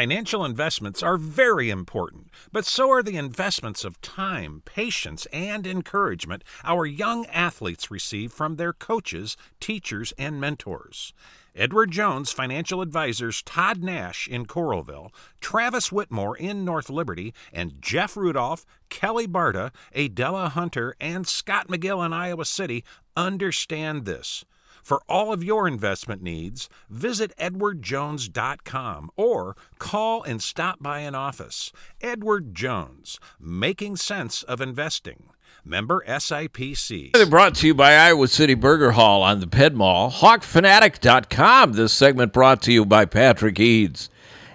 Financial investments are very important, but so are the investments of time, patience, and encouragement our young athletes receive from their coaches, teachers, and mentors. Edward Jones financial advisors Todd Nash in Coralville, Travis Whitmore in North Liberty, and Jeff Rudolph, Kelly Barta, Adela Hunter, and Scott McGill in Iowa City understand this. For all of your investment needs, visit edwardjones.com or call and stop by an office. Edward Jones, making sense of investing. Member SIPC. They're brought to you by Iowa City Burger Hall on the Ped Mall, hawkfanatic.com. This segment brought to you by Patrick Eads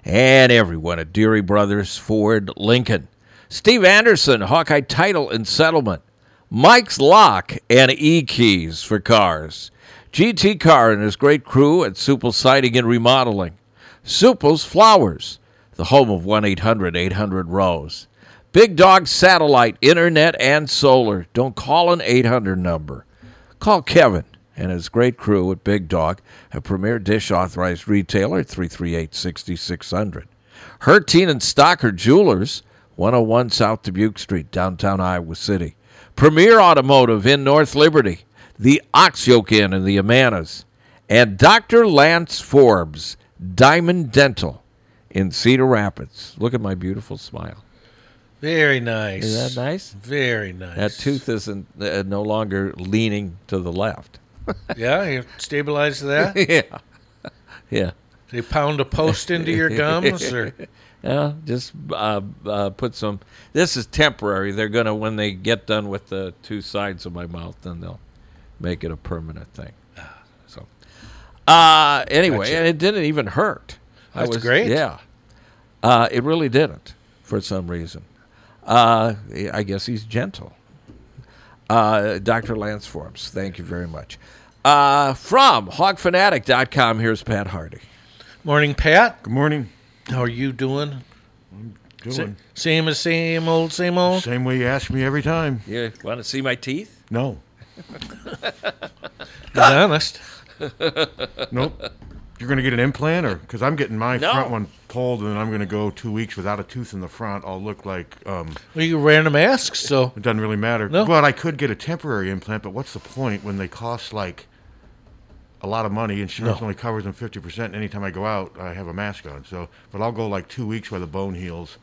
and everyone at Deary Brothers Ford Lincoln. Steve Anderson, Hawkeye Title and Settlement. Mike's Lock and E Keys for Cars. GT Car and his great crew at Supple Siding and Remodeling. Supple's Flowers, the home of 1 800 800 Rose. Big Dog Satellite, Internet, and Solar. Don't call an 800 number. Call Kevin and his great crew at Big Dog, a premier dish authorized retailer, 338 6600. Hertine and Stocker Jewelers, 101 South Dubuque Street, downtown Iowa City. Premier Automotive in North Liberty the Oxyoke Inn in the Amanas, and Dr. Lance Forbes, Diamond Dental in Cedar Rapids. Look at my beautiful smile. Very nice. Is that nice? Very nice. That tooth isn't uh, no longer leaning to the left. yeah, you stabilize that. yeah. Yeah. They pound a post into your gums or Yeah, just uh, uh, put some. This is temporary. They're gonna when they get done with the two sides of my mouth, then they'll make it a permanent thing. So, uh, anyway, Ah. Gotcha. and it didn't even hurt. That's great. Yeah, uh, it really didn't for some reason. Uh, I guess he's gentle. Uh, Dr. Lance Forbes, thank you very much. Uh, from hogfanatic.com, here's Pat Hardy. Morning, Pat. Good morning. How are you doing? Sa- Doing Same as same old, same old. same way you ask me every time. You want to see my teeth? No, Be honest. nope. You're gonna get an implant, or because I'm getting my No. front one pulled, and then I'm gonna go two weeks without a tooth in the front. I'll look like um, Well, you ran a mask, so it doesn't really matter. No. But I could get a temporary implant. But what's the point when they cost like a lot of money? Insurance only covers them fifty percent. Anytime I go out, I have a mask on. So, but I'll go like two weeks while the bone heals,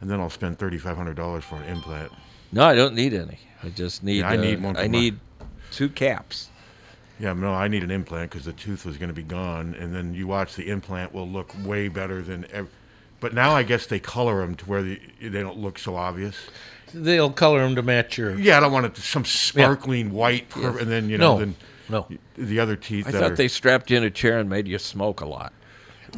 and then I'll spend thirty five hundred dollars for an implant. No, I don't need any. I just need. Yeah, I uh, need one for I my- need two caps. Yeah, no, I need an implant because the tooth was going to be gone, and then you watch the implant will look way better than. Ev- but now I guess they color them to where the, they don't look so obvious. they'll color them to match your. Yeah, I don't want it to some sparkling white, per- and then you know, No, then no. the other teeth. I that thought are- they strapped you in a chair and made you smoke a lot.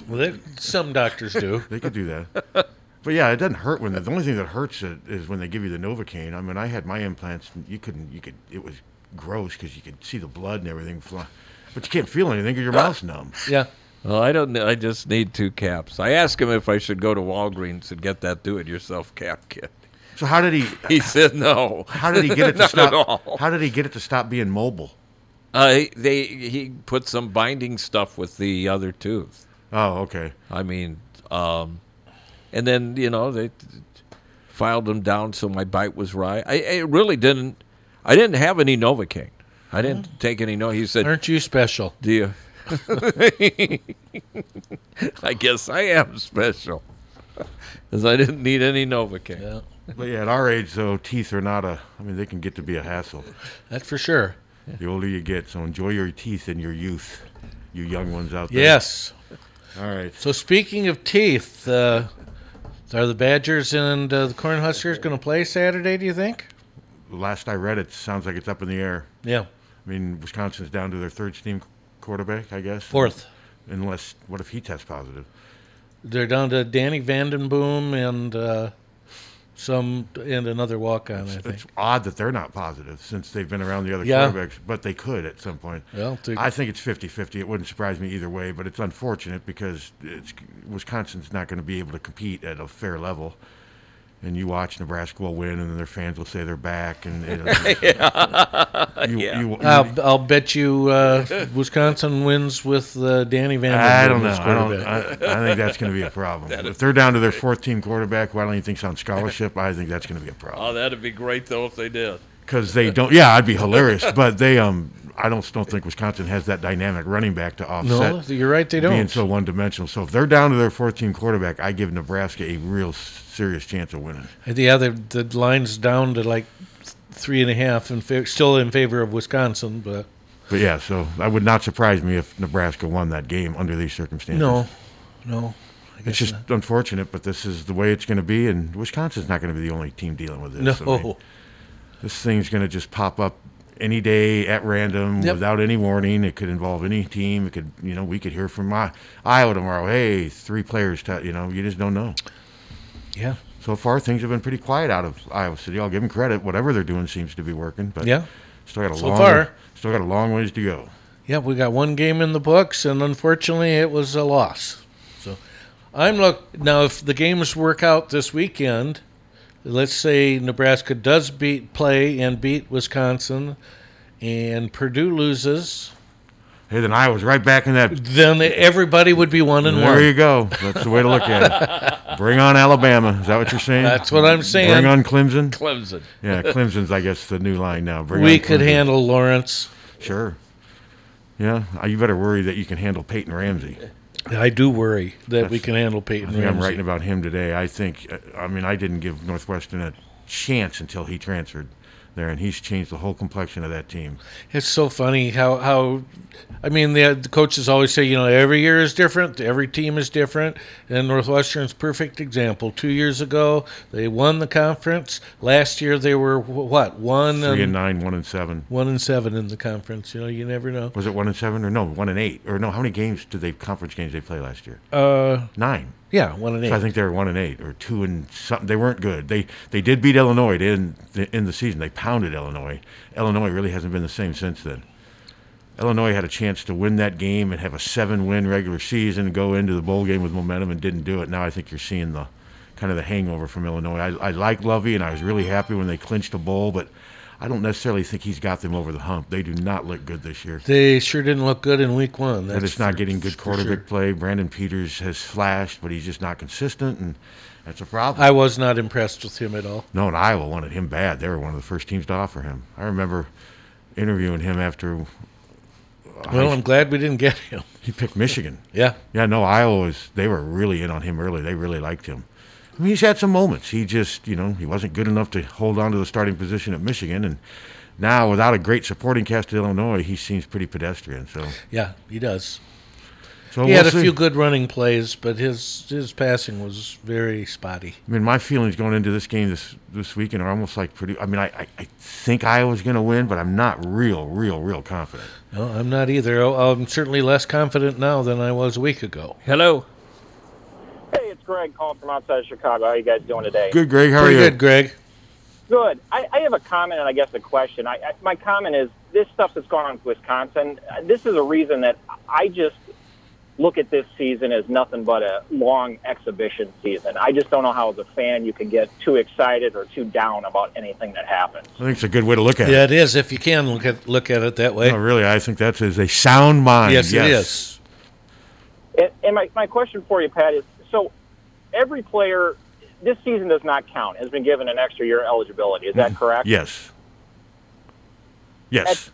Well, they- some doctors do. They could do that. but yeah, it doesn't hurt when the, the only thing that hurts it is when they give you the Novocaine. I mean, I had my implants. And you couldn't. You could. It was gross because you could see the blood and everything fly, but you can't feel anything because your mouth's numb. Yeah. Well, I don't. know. I just need two caps. I asked him if I should go to Walgreens and get that do-it-yourself cap kit. So how did he? He said no. How did he get it to Not stop? at all. How did he get it to stop being mobile? Uh, he- they he put some binding stuff with the other tooth. Oh, okay. I mean, um, and then you know they filed them down so my bite was right. I it really didn't. I didn't have any Novocaine. I didn't Mm. take any. No, he said Aren't you special? Do you? I guess I am special. Because I didn't need any Novocaine. Yeah. But yeah, at our age, though, teeth are not a. I mean, they can get to be a hassle. That's for sure. The older you get, so enjoy your teeth in your youth, you young ones out there. Yes. All right. So speaking of teeth, uh, are the Badgers and uh, the Cornhuskers going to play Saturday? Do you think? Last I read, it sounds like it's up in the air. Yeah. I mean, Wisconsin's down to their third steam quarterback, I guess. Fourth. Unless, what if he tests positive? They're down to Danny Vandenboom and uh, some and another walk on. I think. It's odd that they're not positive since they've been around the other Yeah. quarterbacks, but they could at some point. Well, to- I think it's 50 50. It wouldn't surprise me either way, but it's unfortunate because it's, Wisconsin's not going to be able to compete at a fair level. and you watch Nebraska will win, and then their fans will say they're back, and you, you- Yeah. you- I'll, I'll bet you uh, Wisconsin wins with uh, Danny Van. I Gisbergen don't know. as I, don't, quarterback. I, I think that's going to be a problem. if they're down to their fourth team quarterback, why don't you think's on scholarship? I think that's going to be a problem Oh, that'd be great though if they did. because they don't. Yeah, I'd be hilarious, but they um, I don't still think Wisconsin has that dynamic running back to offset. no, you're right. They being don't. so one dimensional. So if they're down to their fourth team quarterback, I give Nebraska a real s- serious chance of winning. yeah, the, the line's down to like th- three and a half, and fa- still in favor of Wisconsin. But But yeah, so that would not surprise me if Nebraska won that game under these circumstances. no, no. I guess It's just not. unfortunate, but this is the way it's going to be, and Wisconsin's not going to be the only team dealing with this. no. I mean, this thing's going to just pop up any day at random Yep. without any warning. It could involve any team. It could, you know, we could hear from I- Iowa tomorrow. Hey, three players. T-, you know, you just don't know. yeah. So far, things have been pretty quiet out of Iowa City. I'll give them credit. Whatever they're doing seems to be working. But Yeah. still got a So long far. still got a long ways to go. Yeah, we got one game in the books, and unfortunately, it was a loss. So, I'm look now. If the games work out this weekend, let's say Nebraska does beat play and beat Wisconsin, and Purdue loses, Hey, then Iowa's right back in that. then everybody would be one and There one. you go. That's the way to look at it. Bring on Alabama. Is that what you're saying? That's what I'm saying. Bring on Clemson. Clemson. Yeah, Clemson's I guess the new line now. Bring we on could Clemson. handle Lawrence. Sure. Yeah, uh, you better worry that you can handle Peyton Ramsey. I do worry that we can handle I Peyton think I'm Ramsey. writing about him today. I think, uh, I mean, I didn't give Northwestern a chance until he transferred there, and he's changed the whole complexion of that team. It's so funny how how I mean the, the coaches always say you know every year is different, every team is different, and Northwestern's perfect example. Two years ago they won the conference. Last year they were wh- what one Three and and nine, one and seven. one and seven in the conference. You know you never know. Was it one and seven or no? One and eight or no? How many games did they conference games they play last year? Uh, Nine. yeah, one and eight. So I think they were one and eight or two and something. They weren't good. They they did beat Illinois in the, in the season. They pounded Illinois. Illinois really hasn't been the same since then. Illinois had a chance to win that game and have a seven-win regular season, go into the bowl game with momentum, and didn't do it. Now I think you're seeing the kind of the hangover from Illinois. I, I like Lovey, and I was really happy when they clinched a bowl, but I don't necessarily think he's got them over the hump. They do not look good this year. they sure didn't look good in week one. That's That it's not for- getting good for quarterback sure. play. Brandon Peters has flashed, but he's just not consistent, and that's a problem. I was not impressed with him at all. no, and Iowa wanted him bad. They were one of the first teams to offer him. I remember interviewing him after Well, I'm glad we didn't get him. he picked Michigan. Yeah, Yeah, no, Iowa was. They were really in on him early. They really liked him. I mean, he's had some moments. He just, you know, he wasn't good enough to hold on to the starting position at Michigan, and now without a great supporting cast at Illinois, he seems pretty pedestrian. So, yeah, he does. so He had a we'll see. few good running plays, but his his passing was very spotty. I mean, my feelings going into this game this this weekend are almost like Purdue. I mean, I, I, I think Iowa's going to win, but I'm not real, real, real confident. No, I'm not either. Oh, I'm certainly less confident now than I was a week ago. Hello. Hey, it's Greg calling from outside of Chicago. How are you guys doing today? Good, Greg. How Pretty are you? good, Greg. Good. I, I have a comment and I guess a question. I, I, my comment is this stuff that's gone on with Wisconsin, uh, this is a reason that I just look at this season as nothing but a long exhibition season. I just don't know how, as a fan, you can get too excited or too down about anything that happens. I think it's a good way to look at Yeah, it. it is. If you can look at look at it that way. No, really, I think that is a sound mind. yes, it is. And, and my, my question for you, Pat, is so every player this season does not count, has been given an extra year eligibility. Is that correct? Mm-hmm. Yes. Yes. That's-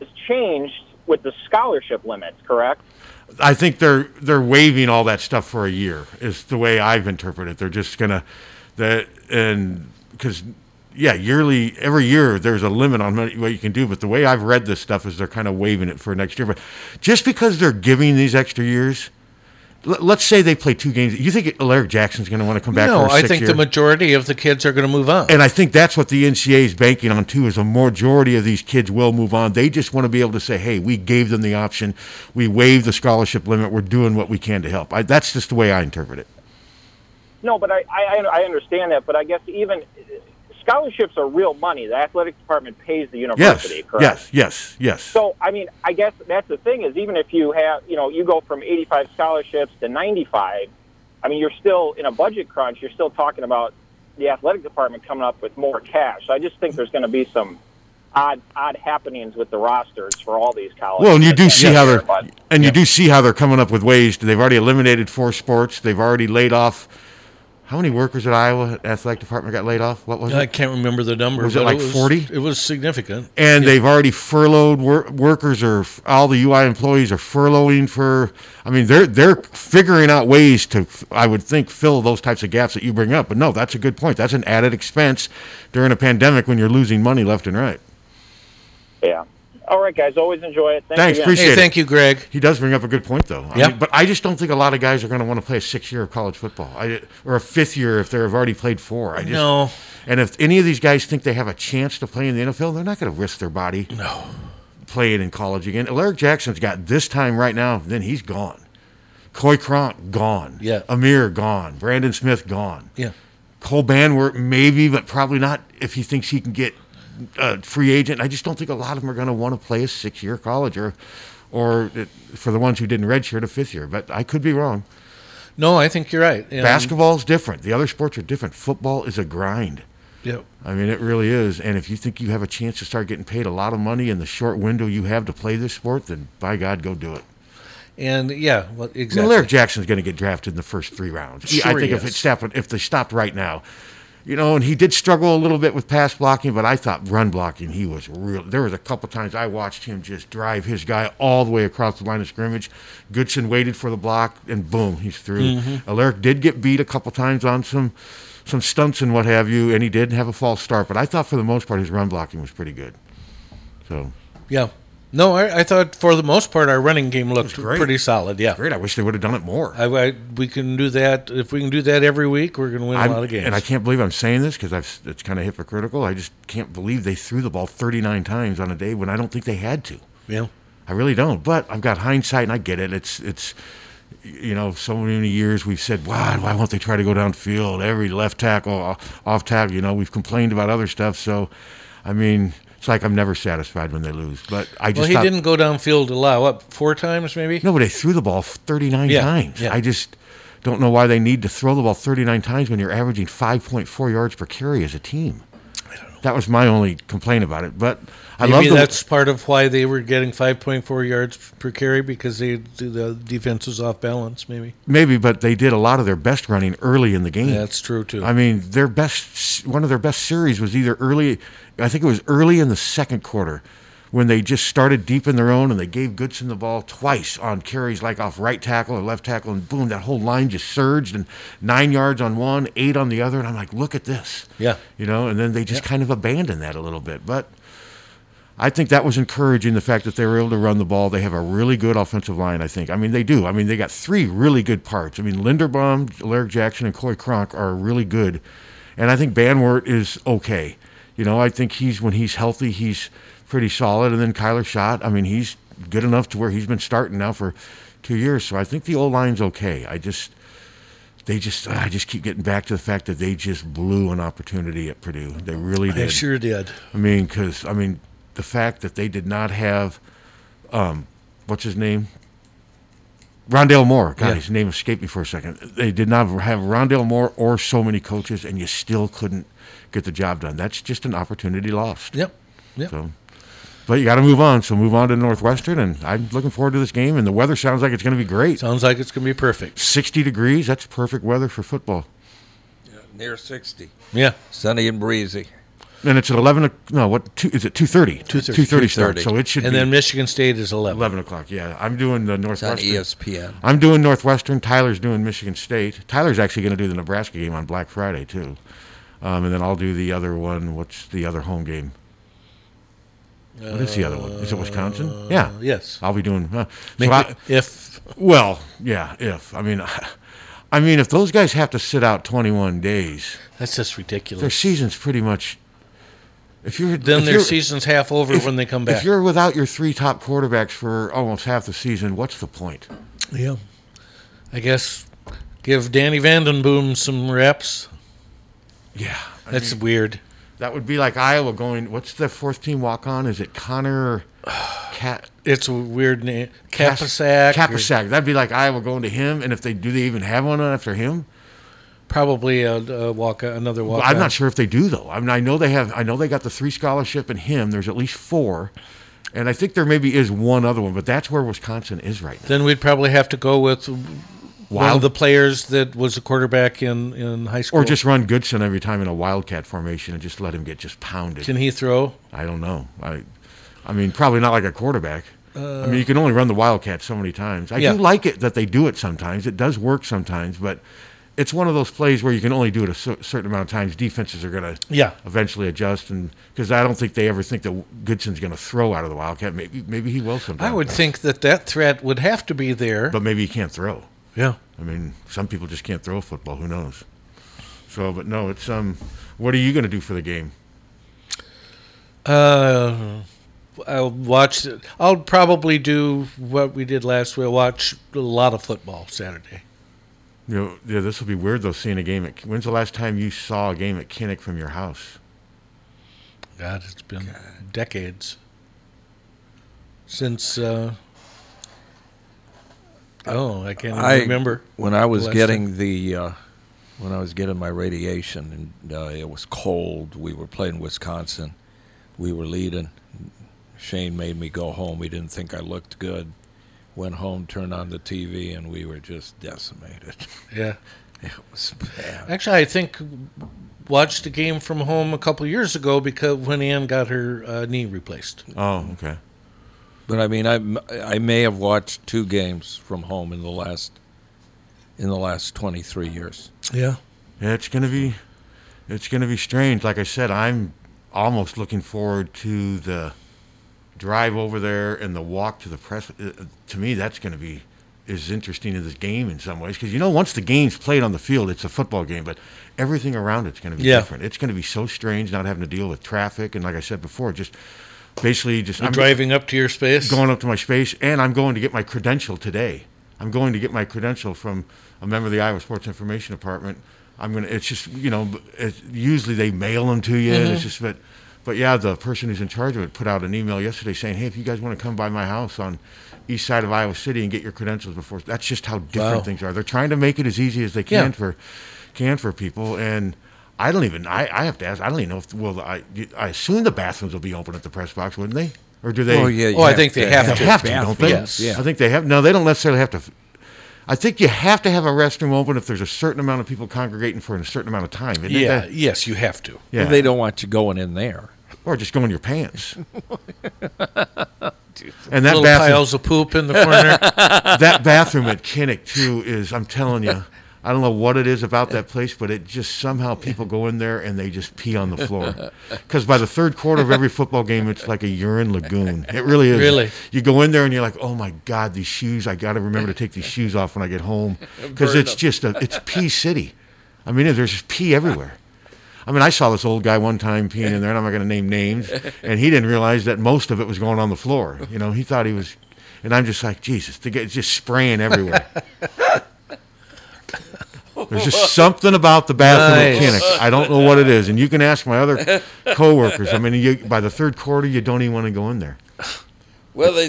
It's changed with the scholarship limits, correct? I think they're they're waiving all that stuff for a year. Is the way I've interpreted. it. They're just gonna that and because yeah, yearly every year there's a limit on what what you can do. But the way I've read this stuff is they're kind of waiving it for next year. But just because they're giving these extra years, let, let's say they play two games. You think Alaric Jackson's going to want to come back? No, for a I sixth think year? the majority of the kids are going to move on. and I think that's what the NCAA is banking on too. Is a majority of these kids will move on. They just want to be able to say, "Hey, we gave them the option. We waived the scholarship limit. We're doing what we can to help." I, that's just the way I interpret it. No, but I, I I understand that, but I guess even scholarships are real money. The athletic department pays the Yes, university, correct? yes, yes, yes. So I mean, I guess that's the thing is even if you have you know you go from eighty five scholarships to ninety five, I mean, you're still in a budget crunch. You're still talking about the athletic department coming up with more cash. So I just think there's going to be some odd odd happenings with the rosters for all these colleges. Well, and you do see Yes, how they're but- and you do see how they're coming up with ways. They've already eliminated four sports. They've already laid off. How many workers at Iowa athletic department got laid off? What was I it? can't remember the number. Was it but like 40? It was significant. And they've already furloughed wor- workers, or f- all the UI employees are furloughing for. I mean, they're they're figuring out ways to, I would think, fill those types of gaps that you bring up. But no, that's a good point. That's an added expense during a pandemic when you're losing money left and right. Yeah. All right, guys. Always enjoy it. Thanks. Thanks, again. appreciate Hey, it. thank you, Greg. He does bring up a good point, though. I Yeah. mean, but I just don't think a lot of guys are going to want to play a sixth year of college football I, or a fifth year if they've already played four. I just, No. And if any of these guys think they have a chance to play in the NFL, they're not going to risk their body no. playing in college again. Alaric Jackson's got this time right now, then he's gone. Coy Cronk, gone. Yeah. Amir, gone. Brandon Smith, gone. Yeah. Cole Banwart, maybe, but probably not if he thinks he can get a free agent. I just don't think a lot of them are going to want to play a six year college or, or it, for the ones who didn't redshirt a fifth year. But I could be wrong. No, I think you're right. And- Basketball's different. The other sports are different. Football is a grind. Yeah. I mean, it really is. And if you think you have a chance to start getting paid a lot of money in the short window you have to play this sport, then by God, go do it. And yeah, well, I mean, exactly. Larry Jackson's going to get drafted in the first three rounds. I Sure he think if is. it stopped, if they stopped right now, you know, and he did struggle a little bit with pass blocking, but I thought run blocking he was real. There was a couple times I watched him just drive his guy all the way across the line of scrimmage. Goodson waited for the block, and boom, he's through. Mm-hmm. Alaric did get beat a couple times on some some stunts and what have you, and he did have a false start. But I thought for the most part his run blocking was pretty good. So yeah. No, I, I thought for the most part our running game looked great. pretty solid. Yeah. great. I wish they would have done it more. I, I, we can do that. If we can do that every week, we're going to win I'm- a lot of games. And I can't believe I'm saying this because it's kind of hypocritical. I just can't believe they threw the ball 39 times on a day when I don't think they had to. yeah. I really don't. But I've got hindsight, and I get it. It's it's you know, so many years we've said, "Why? Why won't they try to go downfield? Every left tackle, off tackle." You know, we've complained about other stuff. So, I mean, it's like I'm never satisfied when they lose. But I just Well, he thought- didn't go downfield a lot. What, four times maybe? no, but they threw the ball 39 Yeah, times. yeah. I just don't know why they need to throw the ball 39 times when you're averaging 5.4 yards per carry as a team. That was my only complaint about it. But I love Maybe the, that's part of why they were getting 5.4 yards per carry because they the defense was off balance. Maybe maybe, but they did a lot of their best running early in the game. that's true too. I mean, their best one of their best series was either early. I think it was early in the second quarter when they just started deep in their own and they gave Goodson the ball twice on carries, like off right tackle or left tackle, and boom, that whole line just surged and nine yards on one, eight on the other, and I'm like, look at this. Yeah. you know, and then they just kind of abandoned that a little bit, but. I think that was encouraging the fact that they were able to run the ball. They have a really good offensive line, I think. I mean, they do. I mean, they got three really good parts. I mean, Linderbaum, Larry Jackson, and Coy Cronk are really good. And I think Banwart is okay. You know, I think he's, when he's healthy, he's pretty solid. And then Kyler Schott, I mean, he's good enough to where he's been starting now for two years. So I think the O line's okay. I just, they just, I just keep getting back to the fact that they just blew an opportunity at Purdue. They really did. they sure did. I mean, because I mean, the fact that they did not have, um, what's his name, Rondale Moore. God, Yeah. his name escaped me for a second. They did not have Rondale Moore or so many coaches, and you still couldn't get the job done. That's just an opportunity lost. Yep. Yep. So, but you got to move on. So move on to Northwestern, and I'm looking forward to this game. And the weather sounds like it's going to be great. Sounds like it's going to be perfect. 60 degrees. That's perfect weather for football. Near 60. Yeah. Sunny and breezy. And it's at 11. o- No, what? Two, is it 2:30? 2:30. 2:30 start. So it should And be then Michigan State is 11. 11 o'clock. Yeah, I'm doing the It's on Northwestern. E ESPN. I'm doing Northwestern. Tyler's doing Michigan State. Tyler's actually going to do the Nebraska game on Black Friday too, um, and then I'll do the other one. What's the other home game? Uh, What is the other one? Is it Wisconsin? Yeah. yes. I'll be doing. Uh, so Maybe I- if well, yeah. If I mean, I mean, if those guys have to sit out 21 days, that's just their ridiculous. season's pretty much. If you're Then if their you're- season's half over when they come If back. you're without your three top quarterbacks for almost half the season, what's the point? Yeah. I guess give Danny Vandenboom some Mm, reps. Yeah. That's weird. That would be like Iowa going. What's the fourth team walk on? Is it Connor? Cat It's a weird name. Capisac. or Capisac. That'd be like Iowa going to him, and if they do, they even have one after him. Probably a, a walk another walk. I'm not sure if they do though. I mean, I know they have. I know they got the three scholarship in him. There's at least four, and I think there maybe is one other one, but that's where Wisconsin is right now. Then we'd probably have to go with one Wild- of the players that was a quarterback in, in high school. Or just run Goodson every time in a wildcat formation and just let him get just pounded. can he throw? I don't know. I, I mean, probably not like a quarterback. I mean, you can only run the Wildcat so many times. I Uh, Yeah. do like it that they do it sometimes. It does work sometimes, but it's one of those plays where you can only do it a cer- certain amount of times. Defenses are going to Yeah. eventually adjust, and because I don't think they ever think that Goodson's going to throw out of the Wildcat. Maybe maybe he will sometimes. I would think that that threat would have to be there. but maybe he can't throw. yeah. I mean, some people just can't throw a football. Who knows? So, but no, it's um. What are you going to do for the game? Uh, I'll watch. it- I'll probably do what we did last week. Watch a lot of football Saturday. You know, yeah, this will be weird though. Seeing a game at when's the last time you saw a game at Kinnick from your house? God, it's been decades since. Uh, oh, I can't even I remember. when I was last getting the uh, when I was getting my radiation, and uh, it was cold. We were playing Wisconsin. We were leading. Shane made me go home. He didn't think I looked good. Went home, turned on the TV, and we were just decimated. Yeah. It was bad. Actually, I think watched the game from home a couple years ago because when Ann got her uh, knee replaced. Oh, okay. But I mean, I m- I may have watched two games from home in the last in the last 23 years. Yeah. Yeah, it's gonna be, it's gonna be strange. Like I said, I'm almost looking forward to the drive over there and the walk to the press. uh, uh, To me, that's gonna be as interesting as this game in some ways because you know once the game's played on the field, it's a football game, but everything around it's gonna be Yeah. different. It's gonna be so strange not having to deal with traffic and like I said before, just basically just I'm Driving up to your space. going up to my space, and I'm going to get my credential today. I'm going to get my credential from a member of the Iowa Sports Information Department. I'm gonna. It's just you know, it's, usually they mail them to you, and Mm-hmm. it's just but. But yeah, the person who's in charge of it put out an email yesterday saying, "Hey, if you guys want to come by my house on east side of Iowa City and get your credentials before." That's just how different Wow. things are. They're trying to make it as easy as they can Yeah. for can for people, and I don't even. I, I have to ask. I don't even know if well, I I assume the bathrooms will be open at the press box, wouldn't they? Or do they? you Oh, I have think they to have They to. have to, don't they? Yes. Yeah. I think they have. No, they don't necessarily have to. I think you have to have a restroom open if there's a certain amount of people congregating for a certain amount of time. isn't Yeah. that- Yes, you have to. yeah. They don't want you going in there. or just go in your pants. and that Little bathroom, piles of poop in the corner. that bathroom at Kinnick too is. I'm telling you, I don't know what it is about that place, but it just somehow people go in there and they just pee on the floor. Because by the third quarter of every football game, it's like a urine lagoon. It really is. Really? you go in there and you're like, oh my god, these shoes! I got to remember to take these shoes off when I get home because it's just a it's pee city. I mean, there's just pee everywhere. I mean, I saw this old guy one time peeing in there, and I'm not going to name names, and he didn't realize that most of it was going on the floor. You know, he thought he was, and I'm just like, Jesus, the guy- it's just spraying everywhere. There's just something about the bathroom Nice. mechanic. I don't know what it is, and you can ask my other coworkers. I mean, you, by the third quarter, you don't even want to go in there. Well, they,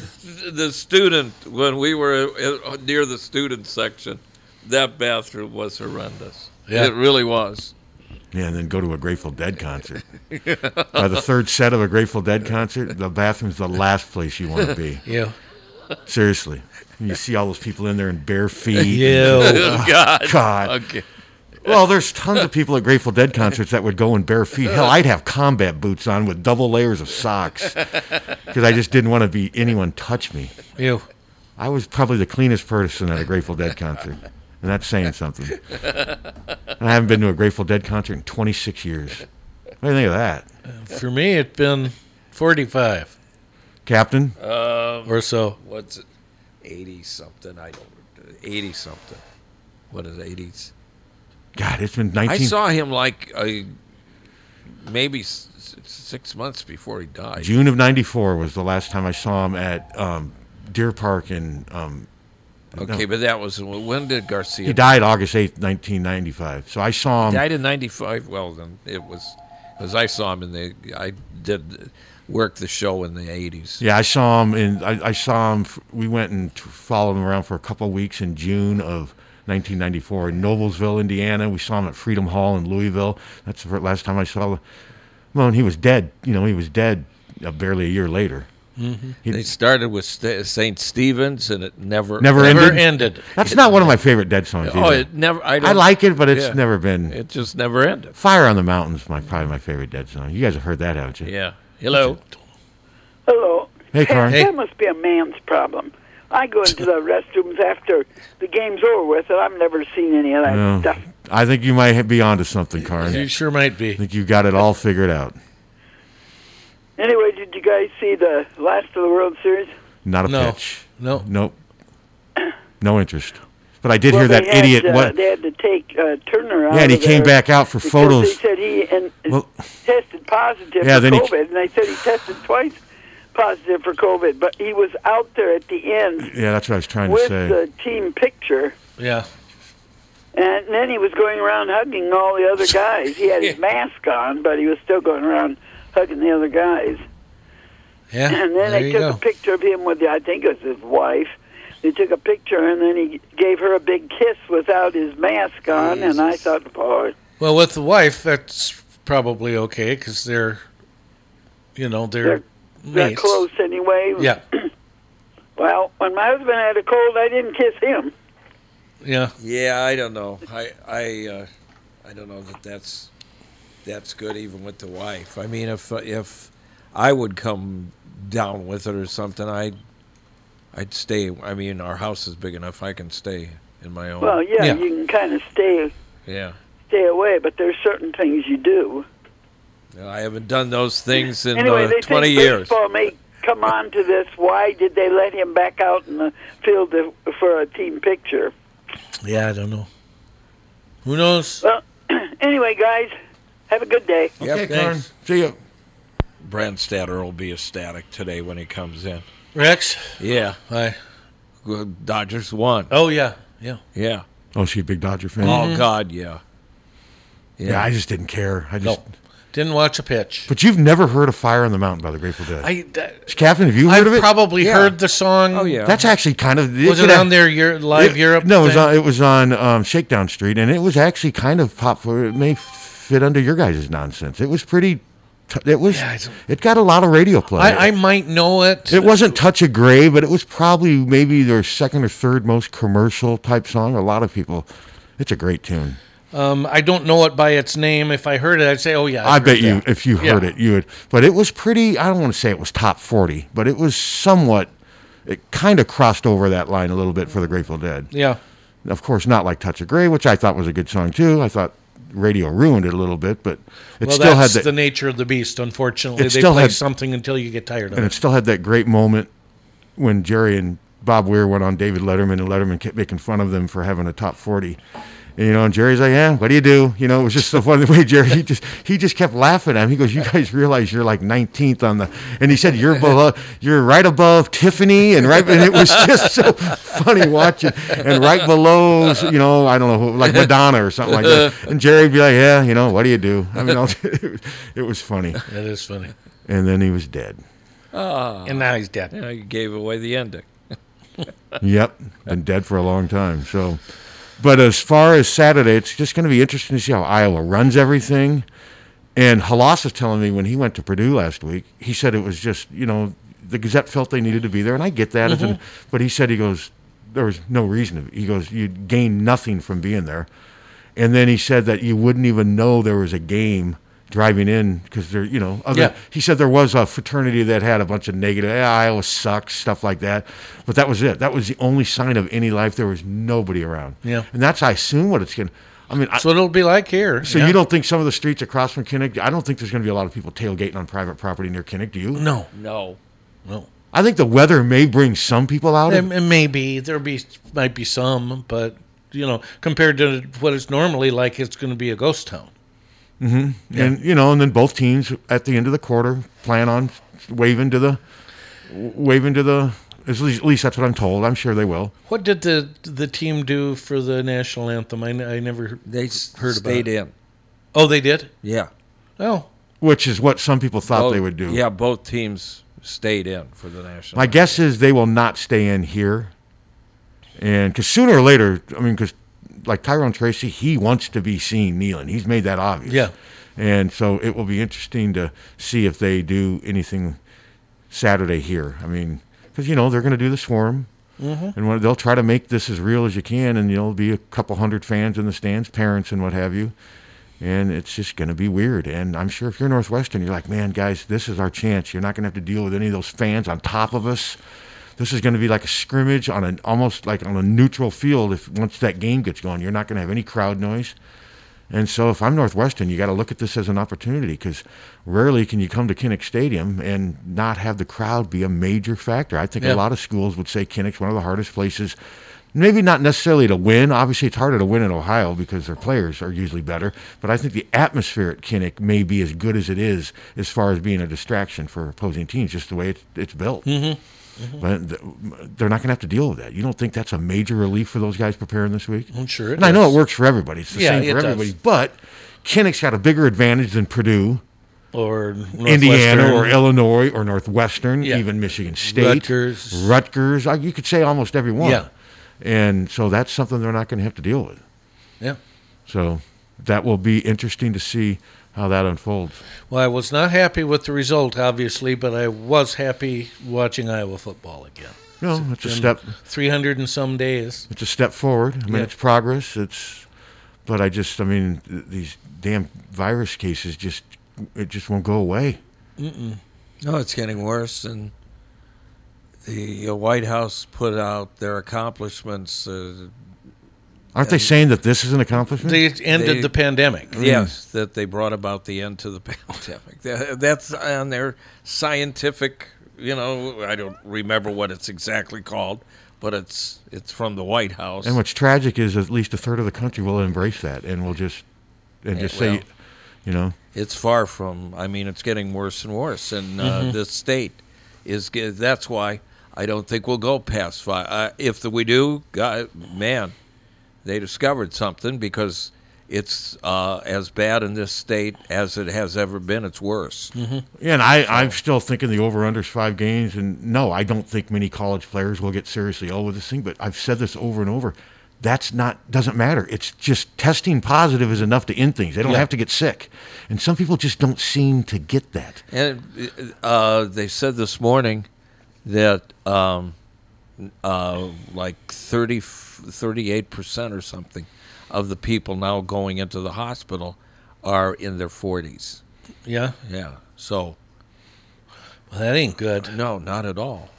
the student, when we were uh, near the student section, that bathroom was horrendous. Yeah. It really was. Yeah, and then go to a Grateful Dead concert. By Uh, the third set of a Grateful Dead concert, the bathroom's the last place you want to be. yeah. Seriously. And you see all those people in there in bare feet. "Oh, Yeah. oh, Good God. God. Okay. Well, there's tons of people at Grateful Dead concerts that would go in bare feet. Hell, I'd have combat boots on with double layers of socks because I just didn't want to be anyone touch me. Ew. I was probably the cleanest person at a Grateful Dead concert, and that's saying something. And I haven't been to a Grateful Dead concert in 26 years. What do you think of that, Uh, For me, it's been 45 Captain? Um, Um, or so. what's it, 80 something? I don't 80 something. What is 80s? God, it's been I 19. saw him like a, maybe s- s- six months before he died. June of '94 was the last time I saw him at um, Deer Park in um, Okay, but that was when did Garcia He died August 8th, 1995. So I saw him. died in '95? Well, then it was because I saw him in the I did worked the show in the '80s. Yeah, I saw him, and I, I saw him. f- We went and t- followed him around for a couple of weeks in June of 1994 in Noblesville, Indiana. We saw him at Freedom Hall in Louisville. That's the fir- last time I saw. Well, and he was dead. You know, he was dead uh, barely a year later. Mm-hmm. Mm-hmm. They started with St. St. Stevens, and it never Never, Never ended. ended. That's not one of my favorite Dead songs. Oh, either. it never. I, I don't- like it, but it's yeah. never been. It just never ended. Fire on the Mountains, my probably my favorite Dead song. You guys have heard that, haven't you? Yeah. Hello. Hello. Hey, Karen. That must be a man's problem. I go into the restrooms after the game's over with, and I've never seen any of that No. stuff. I think you might be onto something, Karen. You I sure might be. think you've got it all figured out. Anyway, did you guys see the last of the World Series? Not a No. pitch. No. Nope. No interest. But I did Well, hear that they had, idiot. Uh, what? They had to take uh, Turner out. Yeah, and he of came there back out for because photos. They said he and Well- tested positive Yeah, for then he- COVID, and they said he tested twice positive for COVID, but he was out there at the end Yeah, that's what I was trying to with say. the team picture. Yeah. And then he was going around hugging all the other guys. He had his mask on, but he was still going around hugging the other guys. Yeah. And there then they you took go. a picture of him with, the, I think it was his wife. They took a picture, and then he gave her a big kiss without his mask on. And I thought, boy, Well, with the wife, that's probably okay because they're, you know, they're, They're- they're mates. close anyway. Yeah. Well, when my husband had a cold, I didn't kiss him. Yeah. Yeah, I don't know. I I uh, I don't know that that's that's good even with the wife. I mean, if if I would come down with it or something, I would I'd stay. I mean, our house is big enough. I can stay in my own. Well, yeah, Yeah. you can kind of stay yeah. stay away, but there's certain things you do. I haven't done those things in anyway, uh, they 20 think years. baseball may come on to this. Why did they let him back out in the field to, for a team picture? Yeah. I don't know. Who knows? Well, anyway, guys, have a good day. okay, Yep, Karen. thanks. See you. Brandstatter will be ecstatic today when he comes in. Rex. Yeah. Hi. Well, Dodgers won. Oh yeah. Yeah. Yeah. Oh, she's a big Dodger fan. Oh Mm-hmm. God, yeah. yeah. I just didn't care. I just. No. Didn't watch a pitch. But you've never heard of "Fire on the Mountain" by the Grateful Dead. I. that- Captain, have you heard I've of it? probably Yeah. heard the song. Oh yeah. That's actually kind of. Was it could on act- their Euro- live it- Europe? No, it was thing? on, it was on um, Shakedown Street, and it was actually kind of popular. It may f- fit under your guys' nonsense. It was pretty. T- it was. Yeah, I don't- it got a lot of radio play. I, I might know it. it wasn't touch of gray, but it was probably maybe their second or third most commercial type song. A lot of people. It's a great tune. Um, I don't know it by its name. If I heard it, I'd say, "Oh yeah." I, heard bet you, that. if you heard Yeah. it, you would. But it was pretty. I don't want to say it was top forty, but it was somewhat. It kind of crossed over that line a little bit for the Grateful Dead. Yeah. of course not like touch of gray which i thought was a good song too i thought radio ruined it a little bit but it Well, still had that's that the nature of the beast. Unfortunately, It they still play had- something until you get tired of and it it. still had that great moment when jerry and bob weir went on david letterman and letterman kept making fun of them for having a top 40 and, you know, and Jerry's like, "Yeah, what do you do?" You know, it was just so funny the way Jerry he just he just kept laughing at him. He goes, "You guys realize you're like 19th on the," and he said, "You're below, you're right above Tiffany," and right, and it was just so funny watching. And right below, you know, I don't know, like Madonna or something like that. And Jerry'd be like, "Yeah, you know, what do you do?" I mean, I'll, it was funny. That is funny. And then he was dead. And now he's dead. Yeah, you Ah. gave away the ending. Yep, been dead for a long time. So, but as far as Saturday, it's just going to be interesting to see how Iowa runs everything. And Halas was telling me when he went to Purdue last week, he said it was just you know the Gazette felt they needed to be there, and I get that. It's an- but he said he goes there was no reason. To, he goes you gain nothing from being there, and then he said that you wouldn't even know there was a game driving in because there you know other Yeah. he said there was a fraternity that had a bunch of negative "Ah, Iowa sucks stuff like that, but that was it. That was the only sign of any life. There was nobody around. Yeah. and that's I assume what it's going. to I mean, I, That's what it'll be like here. so yeah. you don't think some of the streets across from Kinnick? I don't think there's going to be a lot of people tailgating on private property near Kinnick. Do you? No. No. No. I think the weather may bring some people out. Um, and maybe there be might be some, but you know, compared to what it's normally like, it's going to be a ghost town. Mm-hmm. and you know, and then both teams at the end of the quarter plan on waving to the waving to the. At least, at least that's what I'm told. I'm sure they will. What did the the team do for the national anthem? I, n- I never. They s- Heard about stayed it. in. Oh, they did. Yeah. Oh, which is what some people thought Both- they would do. Yeah, both teams stayed in for the national. My guess is they will not stay in here, and because sooner or later, I mean, because like Tyrone Tracy, he wants to be seen kneeling. He's made that obvious. Yeah. and so it will be interesting to see if they do anything Saturday here. I mean, because you know they're going to do the swarm. Mhm. And when- they'll try to make this as real as you can, and there'll be a couple hundred fans in the stands, parents and what have you. And it's just going to be weird. And I'm sure if you're Northwestern, you're like, man, guys, this is our chance. You're not going to have to deal with any of those fans on top of us. This is going to be like a scrimmage on an almost like on a neutral field. If once that game gets going, you're not going to have any crowd noise. And so, if I'm Northwestern, you got to look at this as an opportunity because rarely can you come to Kinnick Stadium and not have the crowd be a major factor. I think Yeah. a lot of schools would say Kinnick's one of the hardest places, maybe not necessarily to win. Obviously, it's harder to win in Ohio because their players are usually better. But I think the atmosphere at Kinnick may be as good as it is as far as being a distraction for opposing teams, just the way it's, it's built. Mm-hmm. But th- they're not going to have to deal with that. You don't think that's a major relief for those guys preparing this week? I'm sure it and I know is. it works for everybody. It's the Yeah, same for it does. everybody. But Kinnick's got a bigger advantage than Purdue, Or Indiana, Northwestern. or Illinois, or Northwestern, Yeah. even Michigan State, Rutgers. Rutgers. I- You could say almost every one. Yeah. And so that's something they're not going to have to deal with. Yeah. So that will be interesting to see how that unfolds. Well, I was not happy with the result, obviously, but I was happy watching Iowa football again. No, it's a been step. 300 and some days. It's a step forward. I mean, Yeah. it's progress. It's, but I just, I mean, th- these damn virus cases just, it just won't go away. Mm-mm. No, it's getting worse, and the uh, White House put out their accomplishments. Uh, Aren't they and- saying that this is an accomplishment? They ended They- the pandemic. Yes, Mm. that they brought about the end to the pandemic. That- That's on their scientific, you know, I don't remember what it's exactly called, but it's it's from the White House. And what's tragic is at least a third of the country will embrace that and will just, and Yeah, just well. say, you know, It's far from. I mean, it's getting worse and worse, and uh, Mhm. the state is. ge- That's why I don't think we'll go past five. Uh, if we do, God, man, they discovered something because it's uh, as bad in this state as it has ever been. It's worse. Yeah, and I, I'm still thinking the over unders five games. And no, I don't think many college players will get seriously ill with this thing. But I've said this over and over. That's not doesn't matter. It's just testing positive is enough to end things. They don't Yeah. have to get sick. And some people just don't seem to get that. And uh, they said this morning that um, uh, like 30, 38% or something of the people now going into the hospital are in their 40s. Yeah. Yeah. So Well, that ain't good. Mm-hmm. No, not at all.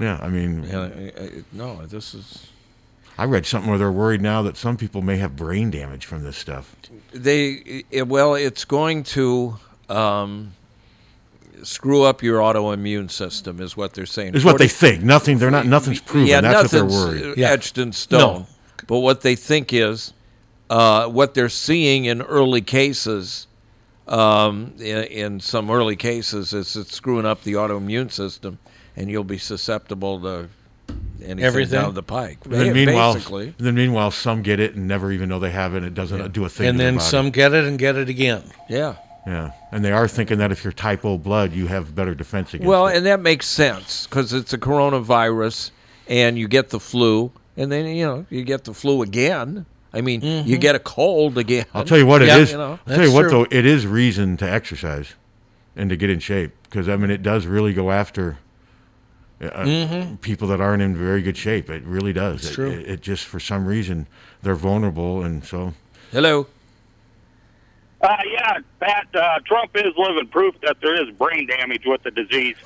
Yeah, I mean, Yeah, I- I- no, this is I read something where they're worried now that some people may have brain damage from this stuff. they it, well it's going to um, screw up your autoimmune system is what they're saying Is what they 40 think. Nothing. They're not. Nothing's proven. yeah That's what nothing's uh, they're worried. Yeah. etched in stone but what they think is uh, what they're seeing in early cases um, in, in some early cases is it's screwing up the autoimmune system and you'll be susceptible to anything Everything. down the pike And then meanwhile, basically then meanwhile, some get it and never even know they have it. and It doesn't do a thing. to And their then body. some get it and get it again. yeah Yeah, and they are thinking that if you're type O blood, you have better defense against. Well, it. and that makes sense because it's a coronavirus, and you get the flu, and then you know you get the flu again. I mean, you get a cold again. I'll tell you what Yeah, it is. you know. I'll tell you Mm-hmm. That's what true. though, it is reason to exercise and to get in shape because I mean it does really go after uh, Mhm. people that aren't in very good shape. It really does. It's it, true. It, it just for some reason they're vulnerable, and so Hello. Uh, yeah, Pat, uh, Trump is living proof that there is brain damage with the disease.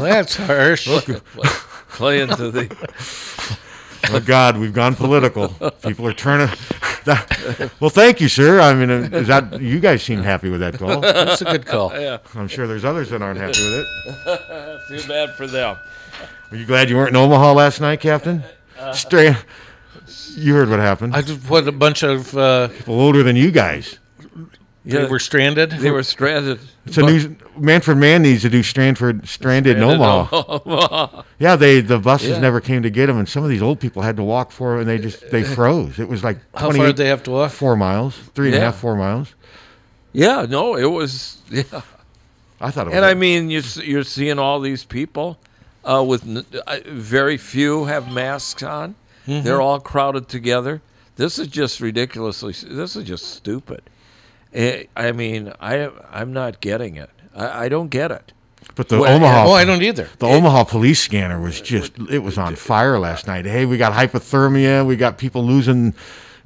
that's harsh. Play into the. oh God, we've gone political. People are turning. that- well, thank you, sir. I mean, uh, is that you guys seem happy with that call? That's a good call. Yeah, I'm sure there's others that aren't happy with it. too bad for them. Are you glad you weren't in Omaha last night, Captain? Stra You heard what happened. I just put a bunch of uh, People older than you guys. They were stranded? They were stranded. It's a new Manfred Mann needs to do Stranford stranded in Omaha. Yeah, they the buses Yeah. never came to get them, and some of these old people had to walk for, and they just they froze. It was like How far did 28 they have to walk? Four miles, three and a Yeah. half, four miles. Yeah, no, it was. Yeah, I thought it was. and I mean, you're s- you're seeing all these people uh, with n- uh, very few have masks on. Mm-hmm. They're all crowded together. This is just ridiculously. s- This is just stupid. Eh, I mean, I I'm not getting it. I, I don't get it. But the Well, Omaha, Oh, I don't either. the Omaha police scanner was just it was on fire last night. Hey, we got hypothermia. We got people losing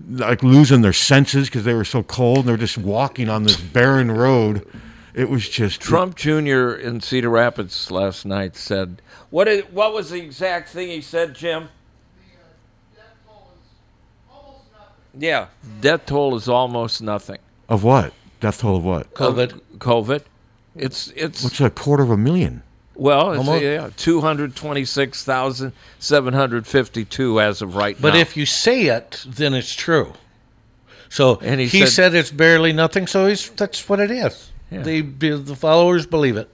like losing their senses because they were so cold. and They're just walking on this barren road. It was just Trump Jr. in Cedar Rapids last night said, "What is, what was the exact thing he said, Jim?" Yeah, death toll is almost nothing. of what death toll of what? COVID. COVID. It's it's What's a quarter of a million? well, it's, Almost- yeah, two hundred twenty-six thousand seven hundred fifty-two as of right But now. if you say it, then it's true. So And he he, said- said, it's barely nothing, so he's, that's what it is. Yeah. They, the followers believe it.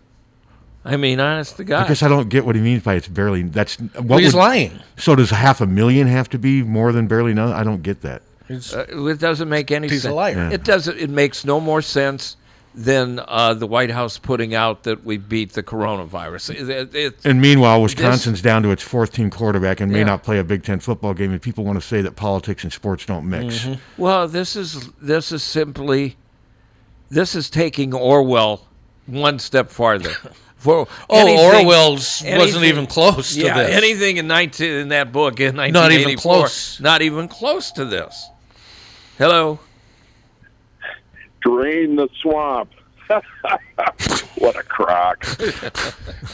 I mean, honest to God, I guess I don't get what he means by it's barely. That's what But he's would- lying. So does half a million have to be more than barely none? I don't get that. It's, Uh, it doesn't make any He's a sense. liar. Yeah. It doesn't. It makes no more sense than uh, the White House putting out that we beat the coronavirus. It- it- it's- And meanwhile, Wisconsin's down to its fourth team quarterback and may Yeah. not play a Big Ten football game. And people want to say that politics and sports don't mix. Mm-hmm. well, this is this is simply this is taking Orwell one step farther. For oh, Orwell's wasn't even close to yeah, this. anything in nineteen in that book in nineteen Not eighty even four, close. not even close to this. Hello. Drain the swamp. what a crock.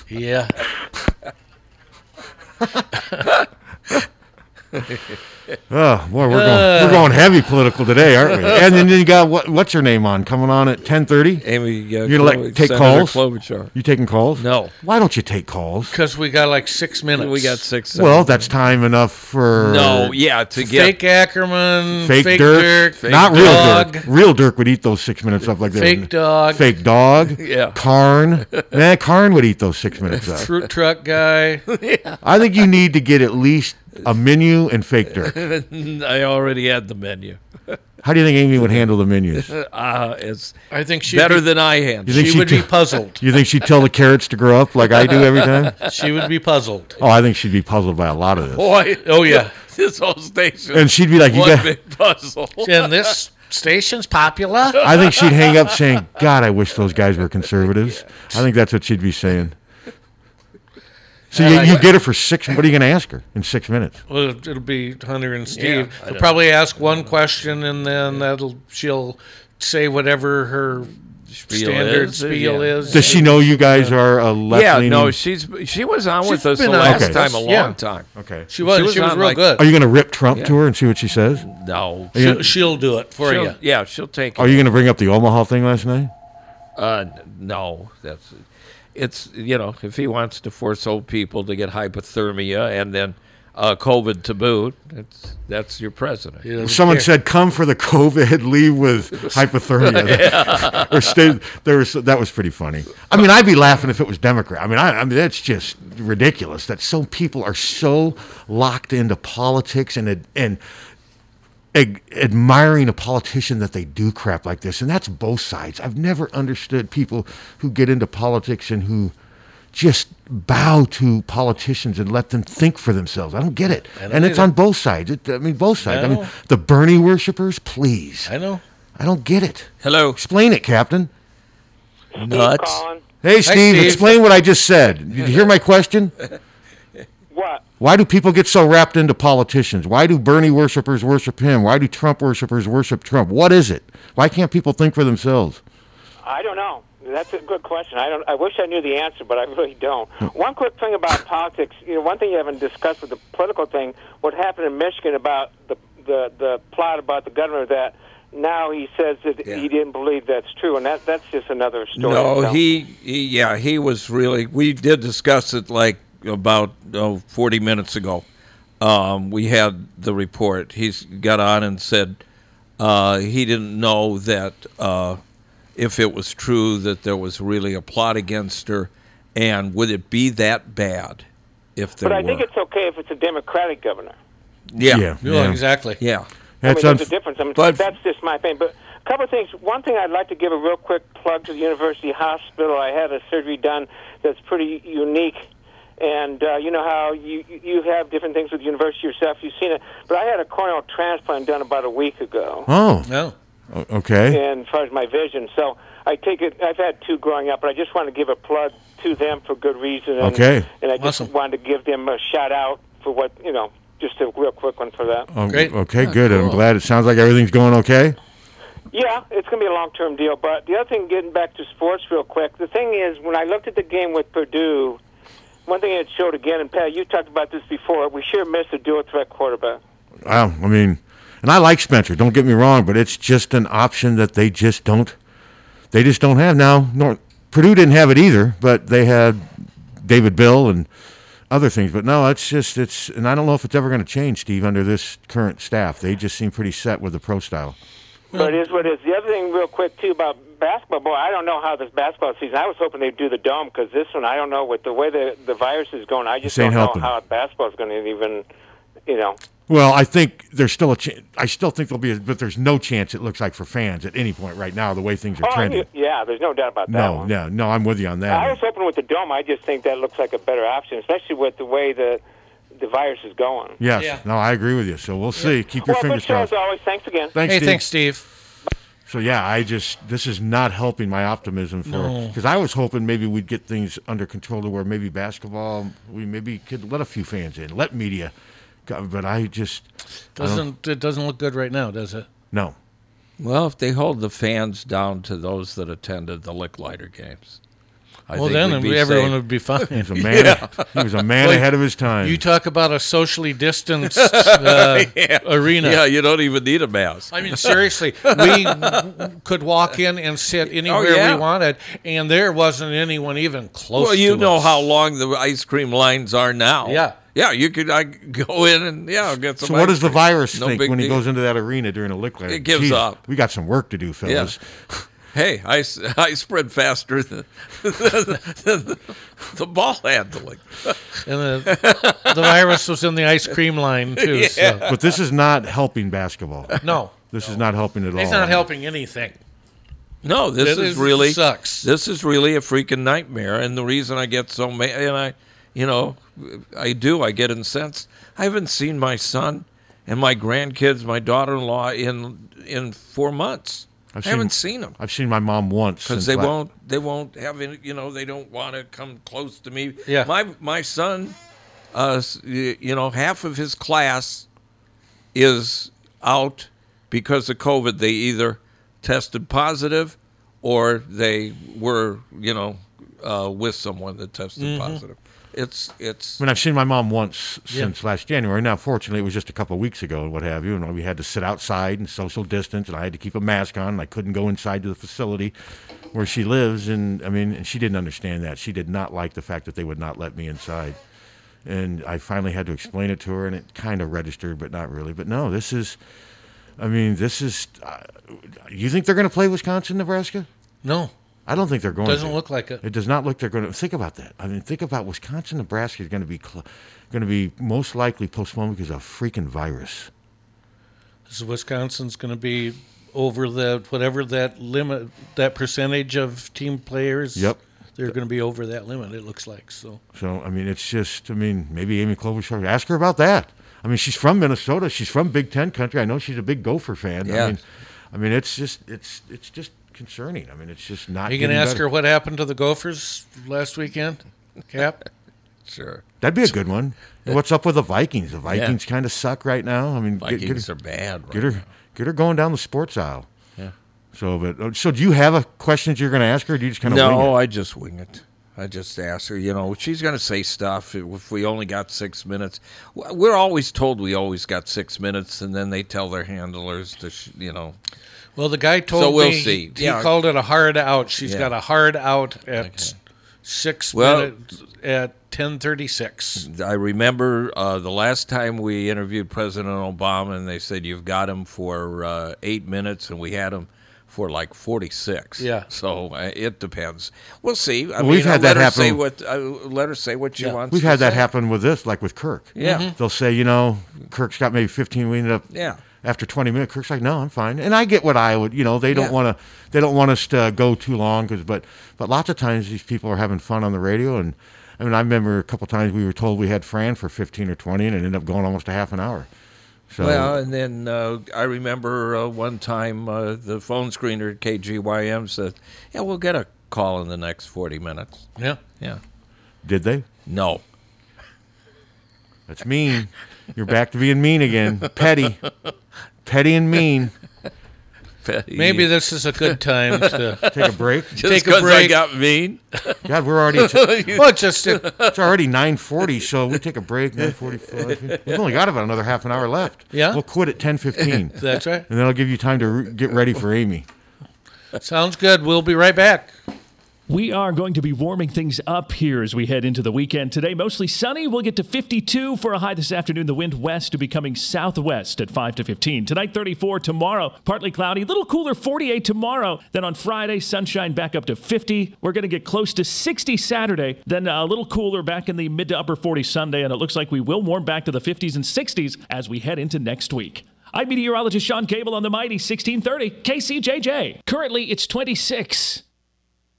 yeah. Oh boy, we're going Uh. we're going heavy political today, aren't we? And then you got what, what's her name on coming on at ten thirty? Amy, uh, You're gonna let- take calls? Klobuchar. You taking calls? No. Why don't you take calls? Because we got like six minutes. We got six. Well, that's time enough for No, yeah, mm, to get Fake Ackerman, fake, fake, Dirk, Dirk, not real dog. Dirk. Real Dirk would eat those six minutes up like that. Fake dog. Fake dog. Yeah. Carn. Man, Carn would eat those six minutes up. fruit truck guy. I think you need to get at least a menu and fake Dirk. I already had the menu. How do you think Amy would handle the menus? You Uh, it's I think she better would, than I handle. think she she'd would be t- puzzled. You think she'd tell the carrots to grow up like I do every time? She would be puzzled. Oh, I think she'd be puzzled by a lot of this. Boy, Oh yeah, this whole station And she'd be like, you one got, big puzzle. and this station's popular. I think she'd hang up saying, God, I wish those guys were conservatives. I think that's what she'd be saying. So you, you get her for six. What are you going to ask her in six minutes? Well, it'll be Hunter and Steve. They'll probably ask one question, and then that'll she'll say whatever her standard is, spiel yeah. is. Does she know you guys are a left Yeah, leaning? no, she's she was on with She's us the been on last Okay. time a long Yeah. time. okay. She was. She She was was, on, real like- Are good. you going to rip Trump to her and see what she says? No, you- She'll, she'll do it for She'll- you. yeah, she'll take Are it. you going to bring up the Omaha thing last night? Uh, n- no, that's it's you know if he wants to force old people to get hypothermia and then uh, COVID to boot, that's that's your president. He doesn't Someone care. said, "Come for the COVID, leave with hypothermia." or stay, there was that was pretty funny. I mean, I'd be laughing if it was Democrat. I mean, I, I mean that's just ridiculous that some people are so locked into politics and ad- and ag- admiring a politician that they do crap like this, and that's both sides. I've never understood people who get into politics and who just bow to politicians and let them think for themselves. I don't get it, and it's on both sides. It, I mean, both sides. I, mean, know. the Bernie worshippers, please. I know. I don't get it. Hello, Explain it, Captain. nuts. Colin, Hey, Steve, Steve. explain what I just said. Did you hear my question? what? Why do people get so wrapped into politicians? Why do Bernie worshipers worship him? Why do Trump worshipers worship Trump? What is it? Why can't people think for themselves? I don't know. That's a good question. I don't. I wish I knew the answer, but I really don't. One quick thing about politics. You know, one thing you haven't discussed with the political thing. What happened in Michigan about the the the plot about the governor that now he says that Yeah. he didn't believe that's true, and that that's just another story. No, So- he he, yeah, he was really. We did discuss it like about oh, 40 minutes ago. Um, we had the report. He's got on and said uh, he didn't know that uh, if it was true that there was really a plot against her, and would it be that bad if there But I were? think it's okay if it's a Democratic governor. yeah. Yeah, Yeah, yeah. exactly. Yeah. That's I mean, there's unf- a difference. I mean, but- that's just my thing. But a couple of things. One thing I'd like to give a real quick plug to the University Hospital. I had a surgery done that's pretty unique. And uh, you know how you you- you have different things with the university yourself. You've seen it, but I had a corneal transplant done about a week ago. Oh, No. o- okay. and as far as my vision. So I take it. I've had two growing up, but I just want to give a plug to them for good reason. And, Okay. And I just Awesome. wanted to give them a shout out for what you know. Just a real quick one for that. Oh, Great. Okay, good. I'm glad it sounds like everything's going okay. Yeah, it's going to be a long term deal. But the other thing, getting back to sports real quick, the thing is, when I looked at the game with Purdue, one thing it showed again, and Pat, you talked about this before, we sure missed a dual threat quarterback. Wow. I mean, and I like Spencer. Don't get me wrong, but it's just an option that they just don't. They just don't have now. Nor, Purdue didn't have it either, but they had David Bill and other things. But no, it's just it's, and I don't know if it's ever going to change, Steve, under this current staff. They just seem pretty set with the pro style. But it is what it is. The other thing, real quick, too, about basketball, boy, I don't know how this basketball season. I was hoping they'd do the dome because this one, I don't know with the way the the virus is going. I just This ain't don't know helping. how basketball's going to even, you know. Well, I think there's still a chance. I still think there'll be, a, but there's no chance it looks like for fans at any point right now the way things are Oh, trending. yeah, there's no doubt about that. No, one. no, no. I'm with you on that. I was hoping with the dome, I just think that looks like a better option, especially with the way the the virus is going. Yes. Yeah. No, I agree with you. So we'll see. Keep your well, good fingers show crossed. as always. Thanks again. Thanks, Hey, Steve. thanks, Steve. So yeah, I just this is not helping my optimism for because I was hoping maybe we'd get things under control to where maybe basketball we maybe could let a few fans in, let media, go- but I just I don't- Doesn't it doesn't look good right now, does it? no. Well, if they hold the fans down to those that attended the Licklider games, I well, think then we'd be everyone safe. would be fine. He was a man. He was a man Well, ahead of his time. You talk about a socially distanced uh, arena. Yeah, you don't even need a mask. I mean, seriously, we could walk in and sit anywhere Oh, yeah. we wanted, and there wasn't anyone even close. Well, you to know us. how long the ice cream lines are now. Yeah. Yeah, you could I go in and yeah, get some. so what ice does the cream. virus No think big when he deal. goes into that arena during a lick? It gives up. We got some work to do, fellas. Hey, I, s- I spread faster than, than, the- the ball handling. And the, the virus was in the ice cream line too. So. But this is not helping basketball. No, This is not helping at all. it's not helping anything. No, this That is is- really sucks. This is really a freaking nightmare, and the reason I get so mad, and I, you know, I do, I get incensed. I haven't seen my son and my grandkids, my daughter-in-law, in in four months. I seen- haven't seen them. I've seen my mom once because since they la- won't they won't have any you know they don't want to come close to me Yeah. my my son uh s- y- you know half of his class is out because of covid they either tested positive or they were you know uh with someone that tested positive it's it's I mean, I've seen my mom once since last January. Now, fortunately, it was just a couple of weeks ago and what have you. And we had to sit outside and social distance, and I had to keep a mask on. And I couldn't go inside to the facility where she lives. And I mean, and she didn't understand that. She did not like the fact that they would not let me inside. And I finally had to explain it to her, and it kind of registered, but not really. But no, this is. I mean, this is. Uh, you think they're going to play Wisconsin, Nebraska? No, I don't think they're going. Doesn't to. look like it. It does not look they're going to think about that. I mean, think about Wisconsin, Nebraska is going to be cl- going to be most likely postponed because of freaking virus. So Wisconsin's going to be over the whatever that limit, that percentage of team players. Yep. they're going to be over that limit. It looks like so. So I mean, it's just I mean, maybe Amy Klobuchar ask her about that. I mean, she's from Minnesota. She's from Big Ten country. I know she's a big Gopher fan. Yeah. I mean, I mean, it's just it's it's just concerning. I mean, it's just not. Are you going to getting ask better. her what happened to the Gophers last weekend? Cap. sure That'd be a good one. And What's up with the Vikings? The Vikings kind of suck right now. I mean, get- get- vikings are bad right? Get her, get her going down the sports aisle. Yeah. So, but uh, so do you have a questions you're going to ask her? Or do you just kind of No, Wing it? I just wing it. I just ask her, you know, she's going to say stuff if we only got six minutes. W- We're always told we always got six minutes, and then they tell their handlers to, sh- you know. Well, the guy told we'll me see. he Yeah. called it a hard out. She's Yeah. got a hard out at six Well- minutes at ten thirty six. I remember uh, the last time we interviewed President Obama, and they said, You've got him for uh, eight minutes, and we had him for like 46. Yeah. So uh, it depends. We'll see. I Well, we've mean, had let that her happen. Say what, uh, let her say what she wants. We've to had that say. happen with this, like with Kirk. Yeah. Mhm. They'll say, you know, Kirk's got maybe 15. We ended up. Yeah. After 20 minutes, Kirk's like, "No, I'm fine." And I get what I would, you know, they don't Yeah. want to, they don't want us to go too long, cause, but, but lots of times these people are having fun on the radio, and I mean, I remember a couple times we were told we had Fran for 15 or 20, and it ended up going almost a half an hour. So Well, and then uh, I remember uh, one time uh, the phone screener at KGYM said, "Yeah, we'll get a call in the next forty minutes." Yeah. Yeah. did they? No. That's mean. You're back to being mean again, petty, petty and mean. Maybe this is a good time to Take a break. take just a because I break. got mean. God, we're already. well, just to- It's already 9:40, so we take a break. 9:45. We've only got about another half an hour left. Yeah? We'll quit at 10:15. that's right. and then I'll give you time to re- get ready for Amy. Sounds good. We'll be right back. We are going to be warming things up here as we head into the weekend. Today, mostly sunny. We'll get to 52 for a high this afternoon. The wind west to becoming southwest at 5 to 15. Tonight, 34. Tomorrow, partly cloudy. A little cooler, 48 tomorrow. Then on Friday, sunshine back up to 50. We're going to get close to 60 Saturday. Then uh, a little cooler back in the mid to upper 40s Sunday. And it looks like we will warm back to the 50s and 60s as we head into next week. I'm meteorologist Sean Cable on the mighty 1630 KCJJ. Currently, it's 26.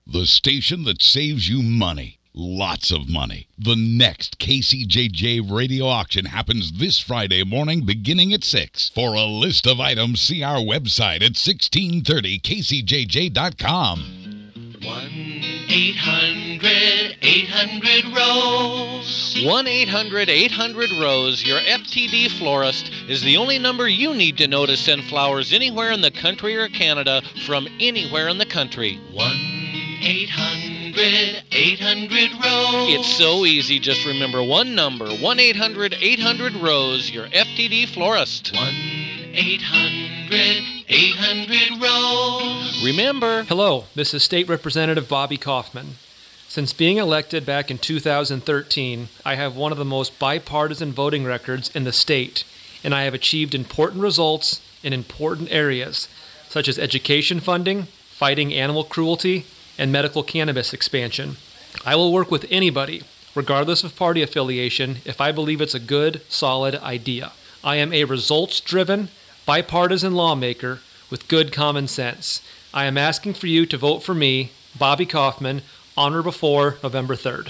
The station that saves you money. Lots of money. The next KCJJ radio auction happens this Friday morning beginning at 6. For a list of items, see our website at 1630kcjj.com. 800 800 Rose. 1 800 800 Rose, your FTD florist, is the only number you need to know to send flowers anywhere in the country or Canada from anywhere in the country. 1 800 800 Rose. It's so easy, just remember one number 1 800 800 Rose, your FTD florist. 800 800 Rose. Remember. Hello, this is State Representative Bobby Kaufman. Since being elected back in 2013, I have one of the most bipartisan voting records in the state, and I have achieved important results in important areas, such as education funding, fighting animal cruelty, and medical cannabis expansion. I will work with anybody, regardless of party affiliation, if I believe it's a good, solid idea. I am a results driven, bipartisan lawmaker with good common sense. I am asking for you to vote for me, Bobby Kaufman, on or before November 3rd.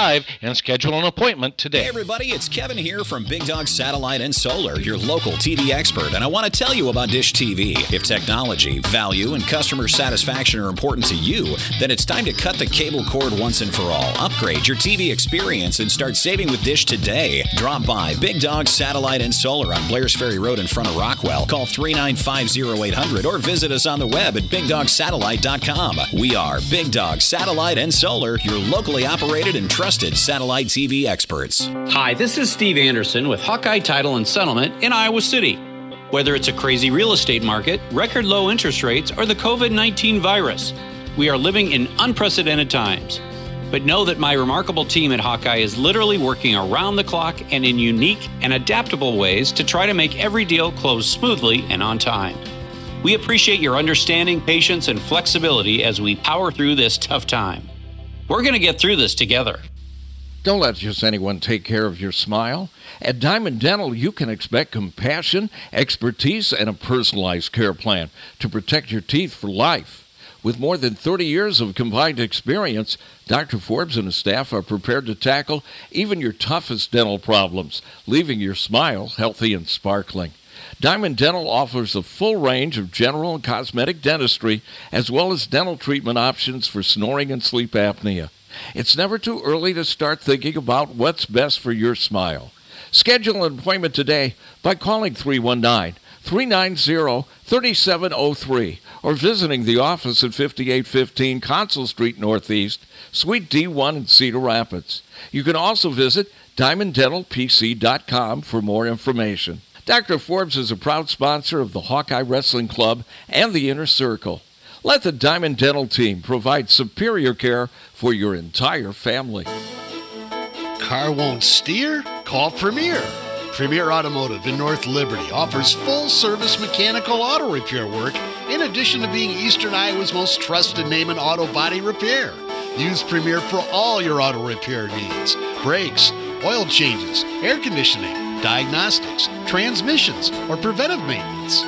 and schedule an appointment today. Hey, everybody, it's Kevin here from Big Dog Satellite and Solar, your local TV expert, and I want to tell you about Dish TV. If technology, value, and customer satisfaction are important to you, then it's time to cut the cable cord once and for all. Upgrade your TV experience and start saving with Dish today. Drop by Big Dog Satellite and Solar on Blairs Ferry Road in front of Rockwell. Call 3950800 or visit us on the web at bigdogsatellite.com. We are Big Dog Satellite and Solar, your locally operated and trusted satellite TV experts. Hi, this is Steve Anderson with Hawkeye Title and Settlement in Iowa City. Whether it's a crazy real estate market, record low interest rates, or the COVID 19 virus, we are living in unprecedented times. But know that my remarkable team at Hawkeye is literally working around the clock and in unique and adaptable ways to try to make every deal close smoothly and on time. We appreciate your understanding, patience, and flexibility as we power through this tough time. We're going to get through this together. Don't let just anyone take care of your smile. At Diamond Dental, you can expect compassion, expertise, and a personalized care plan to protect your teeth for life. With more than 30 years of combined experience, Dr. Forbes and his staff are prepared to tackle even your toughest dental problems, leaving your smile healthy and sparkling. Diamond Dental offers a full range of general and cosmetic dentistry, as well as dental treatment options for snoring and sleep apnea. It's never too early to start thinking about what's best for your smile. Schedule an appointment today by calling 319 390 3703 or visiting the office at 5815 Consul Street Northeast, Suite D1 in Cedar Rapids. You can also visit diamonddentalpc.com for more information. Dr. Forbes is a proud sponsor of the Hawkeye Wrestling Club and the Inner Circle. Let the Diamond Dental team provide superior care for your entire family. Car won't steer? Call Premier. Premier Automotive in North Liberty offers full service mechanical auto repair work in addition to being Eastern Iowa's most trusted name in auto body repair. Use Premier for all your auto repair needs brakes, oil changes, air conditioning, diagnostics, transmissions, or preventive maintenance.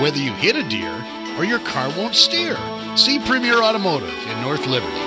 Whether you hit a deer or your car won't steer, see Premier Automotive in North Liberty.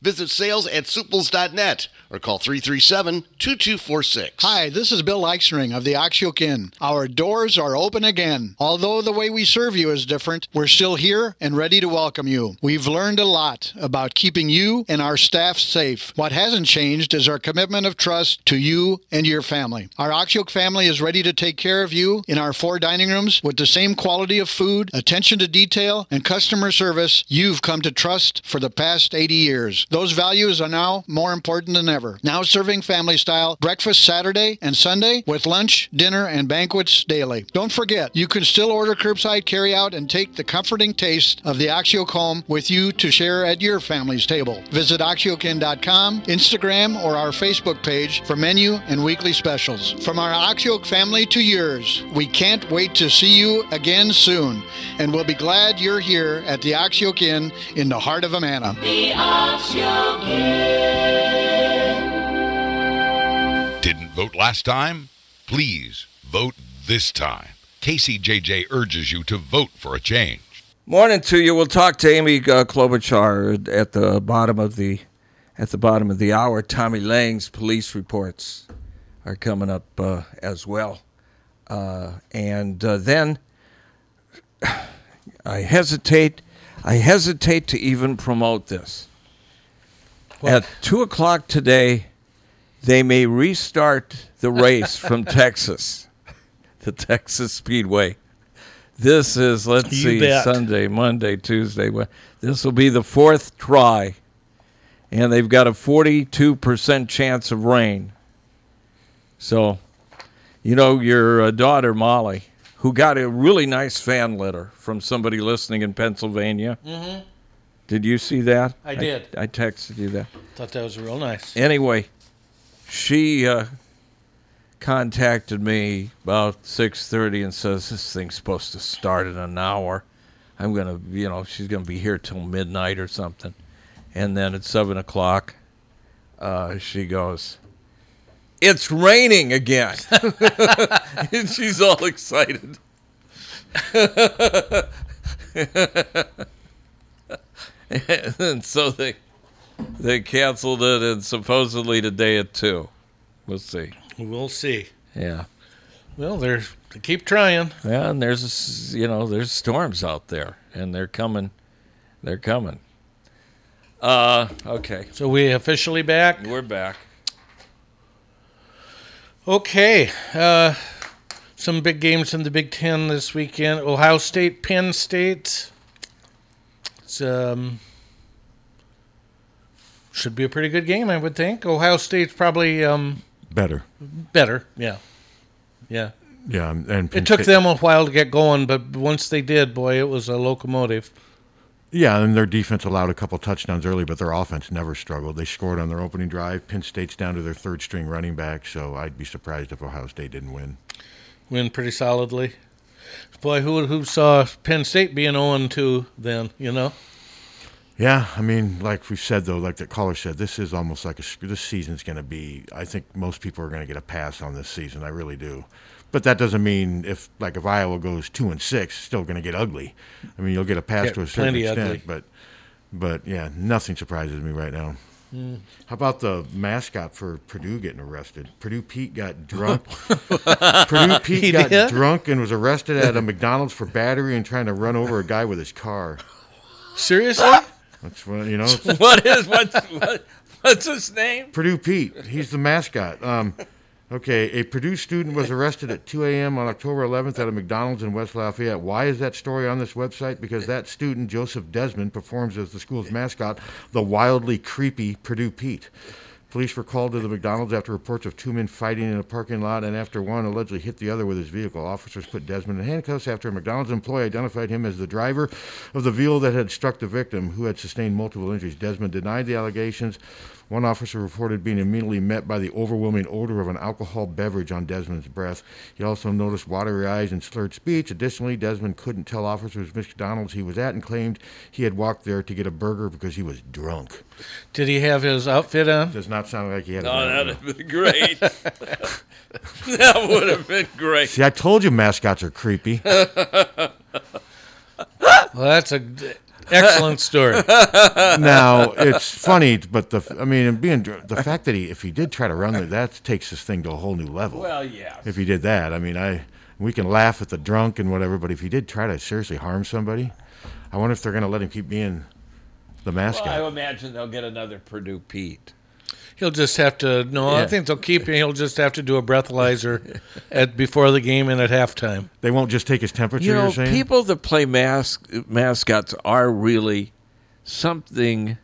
Visit sales at suples.net or call 337 2246. Hi, this is Bill Eichsring of the Oxyokin. Our doors are open again. Although the way we serve you is different, we're still here and ready to welcome you. We've learned a lot about keeping you and our staff safe. What hasn't changed is our commitment of trust to you and your family. Our Oxyoke family is ready to take care of you in our four dining rooms with the same quality of food, attention to detail, and customer service you've come to trust for the past 80 years. Those values are now more important than ever. Now serving family style breakfast Saturday and Sunday with lunch, dinner, and banquets daily. Don't forget, you can still order curbside carryout and take the comforting taste of the Oxyoke home with you to share at your family's table. Visit oxyokin.com, Instagram, or our Facebook page for menu and weekly specials. From our Oxyoke family to yours, we can't wait to see you again soon, and we'll be glad you're here at the Oxyoke Inn in the heart of Amana. The Oxyokin. Didn't vote last time? Please vote this time. KCJJ urges you to vote for a change. Morning to you. We'll talk to Amy uh, Klobuchar at the bottom of the at the bottom of the hour. Tommy Lang's police reports are coming up uh, as well, uh, and uh, then I hesitate. I hesitate to even promote this. At two o'clock today, they may restart the race from Texas, the Texas Speedway. This is let's You see, bet. Sunday, Monday, Tuesday. Wed- This will be the fourth try, and they've got a forty-two percent chance of rain. So, you know, your uh, daughter Molly, who got a really nice fan letter from somebody listening in Pennsylvania. Mhm. Did you see that? I did. I texted you that. Thought that was real nice. Anyway, she uh, contacted me about six thirty and says this thing's supposed to start in an hour. I'm gonna, you know, she's gonna be here till midnight or something, and then at seven o'clock, uh, she goes, "It's raining again," and she's all excited. and so they they canceled it, and supposedly today at two. We'll see. We'll see. Yeah. Well, they're they keep trying. Yeah, and there's s- you know there's storms out there, and they're coming, they're coming. Uh, okay. So we officially back. We're back. Okay. Uh, some big games in the Big Ten this weekend. Ohio State, Penn State. It's um, should be a pretty good game, I would think. Ohio State's probably um, Better. better. Yeah. Yeah. Yeah, and Penn it took State- them a while to get going, but once they did, boy, it was a locomotive. Yeah, and their defense allowed a couple touchdowns early, but their offense never struggled. They scored on their opening drive. Penn State's down to their third string running back, so I'd be surprised if Ohio State didn't win. Win pretty solidly. Boy, who who saw Penn State being 0 2 then, you know? Yeah, I mean, like we've said though, like the caller said, this is almost like a sc- this season's going to be. I think most people are going to get a pass on this season. I really do, but that doesn't mean if like if Iowa goes two and six, it's still going to get ugly. I mean, you'll get a pass Get to a certain plenty extent, ugly. but but yeah, nothing surprises me right now. Mm. How about the mascot for Purdue getting arrested? Purdue Pete got drunk. Purdue Pete He got did? drunk and was arrested at a McDonald's for battery and trying to run over a guy with his car. Seriously? That's what you know. what is what's what, what's his name? Purdue Pete. He's the mascot. Um, okay, a Purdue student was arrested at 2 a.m. on October 11th at a McDonald's in West Lafayette. Why is that story on this website? Because that student, Joseph Desmond, performs as the school's mascot, the wildly creepy Purdue Pete. Police were called to the McDonald's after reports of two men fighting in a parking lot, and after one allegedly hit the other with his vehicle. Officers put Desmond in handcuffs after a McDonald's employee identified him as the driver of the vehicle that had struck the victim, who had sustained multiple injuries. Desmond denied the allegations. One officer reported being immediately met by the overwhelming odor of an alcohol beverage on Desmond's breath. He also noticed watery eyes and slurred speech. Additionally, Desmond couldn't tell officers which McDonald's he was at and claimed he had walked there to get a burger because he was drunk. Did he have his outfit on? Does not sound like he had. Oh, a that'd have been great. that would have been great. See, I told you mascots are creepy. Well, that's a d- excellent story. now it's funny, but the I mean, and being dr- the fact that he if he did try to run it, that takes this thing to a whole new level. Well, yeah. If he did that, I mean, I we can laugh at the drunk and whatever, but if he did try to seriously harm somebody, I wonder if they're going to let him keep being the mascot. Well, I imagine they'll get another Purdue Pete. He'll just have to. No, I Yeah. think they'll keep him. He'll just have to do a breathalyzer at before the game and at halftime. They won't just take his temperature. You know, people that play mas- mascots are really something.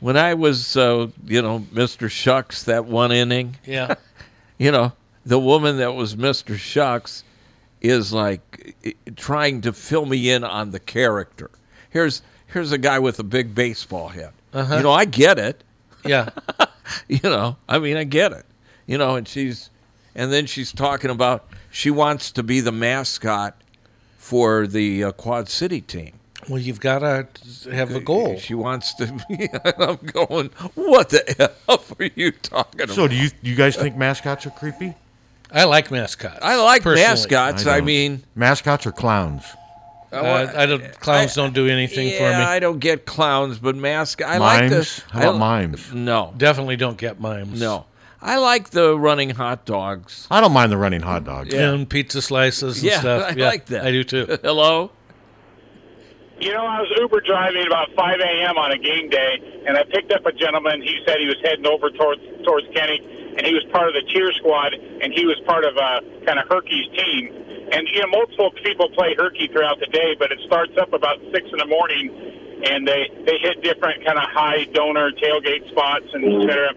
When I was, uh, you know, Mr. Shucks, that one inning. Yeah. you know, the woman that was Mr. Shucks is like i- trying to fill me in on the character. Here's here's a guy with a big baseball head. Uh-huh. You know, I get it. Yeah. you know, I mean, I get it. You know, and she's, and then she's talking about she wants to be the mascot for the uh, Quad City team. Well, you've got to have a goal. She wants to be. I'm going. What the hell are you talking about? So do you you guys think mascots are creepy? I like mascots. I like mascots. I don't. mean- mascots are clowns. Uh, I don't. Clowns don't do anything yeah, for me. I don't get clowns, but mascot. I like mimes? the. How I about li- mimes? No, definitely don't get mimes. No, I like the running hot dogs. I don't mind the running hot dogs. Yeah. And pizza slices and Yeah, stuff. I yeah, like that. I do too. Hello. You know, I was Uber driving about 5 a.m. on a game day, and I picked up a gentleman. He said he was heading over towards towards Kenny, and he was part of the cheer squad, and he was part of uh, kind of Herky's team. And you know, multiple people play Herky throughout the day, but it starts up about six in the morning, and they they hit different kind of high donor tailgate spots and et cetera.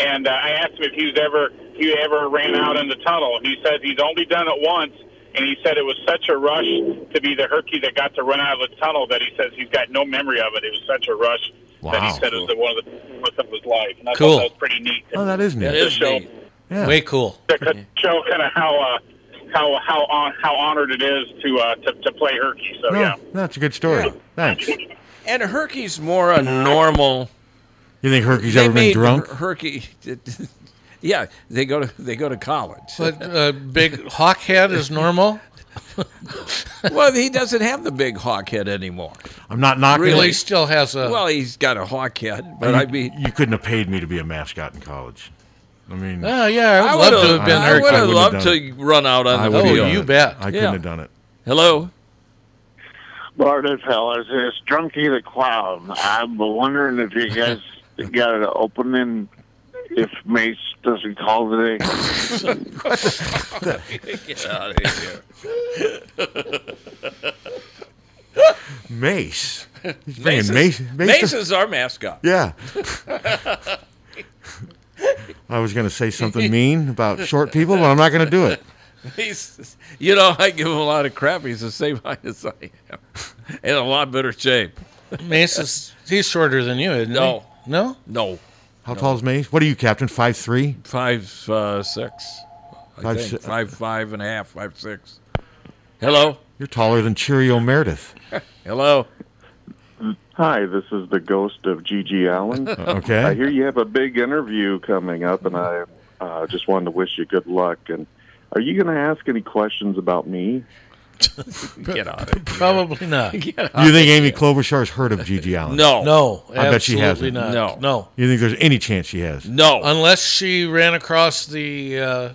And uh, I asked him if he was ever he ever ran out in the tunnel. He said he's only done it once, and he said it was such a rush to be the Herky that got to run out of the tunnel that he says he's got no memory of it. It was such a rush that he Wow. said it was the one of the worst of his life. And I Cool. thought that was pretty neat. Oh, that is neat. To show, Yeah. Way cool. to show kind of how uh, how how on, how honored it is to uh, to, to play Herky. So No, yeah. that's a good story. Thanks. And Herky's more a normal. You think Herky's They ever been made drunk? Her- Herky. Yeah, they go to they go to college. But uh, big hawk head is normal. well, he doesn't have the big hawk head anymore. I'm not knocking. Really? it. He still has a- Well, he's got a hawk head, but you, I mean- you couldn't have paid me to be a mascot in college. I mean, Oh, yeah, I would I love to would've- have been Oh, I Herky. would've wouldn't loved done to it. run out on I the would've field. done You it. bet. I Yeah. couldn't have done it. Hello. Barter fellas, it's Drunky the Clown. I'm wondering if you guys got an opening if Mace doesn't call today. Get out of here. Mace. He's bringing Mace is, Mace. Mace Mace to- is our mascot. Yeah. I was going to say something mean about short people, but I'm not going to do it. He's, you know, I give him a lot of crap. He's the same height as I am. in a lot better shape. Mace he's shorter than you, isn't No. he? No. No. How tall's Mace? What are you, Captain? Five three? Five uh, six. I Five think. si- five five and a half, five six. Hello. You're taller than Cheerio Meredith. Hello. Hi, this is the ghost of Gigi Allen. Uh, Okay. I hear you have a big interview coming up, and I uh, just wanted to wish you good luck. And are you going to ask any questions about me? Get out of Probably not. you think Amy Klobuchar's heard of Gigi Allen? No. Uh, No, I bet she absolutely hasn't. not. No. No. You think there's any chance she has? No. Unless she ran across the uh,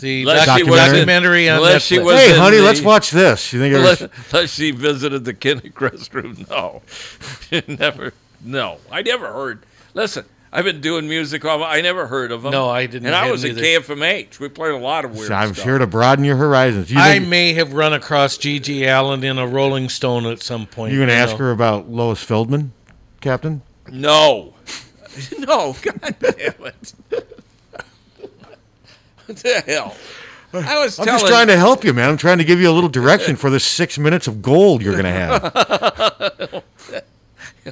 the Unless she was in- documentary on unless she Netflix. was Hey, in honey, the- let's watch this. You think it was- unless, unless she visited the Kinnick restroom? No, She never. No, I never heard. Listen, I've been doing music all. my- I never heard of them. No, I didn't And I have was at either. KFMH. We played a lot of weird. I'm stuff. sure to broaden your horizons. You I think may have run across Gigi Allen in a Rolling Stone at some point. you're going to you ask know. her about Lois Feldman, Captain? No. No, god damn it. what the hell? I was I'm telling just trying to help you, man. I'm trying to give you a little direction for the six minutes of gold you're going to have.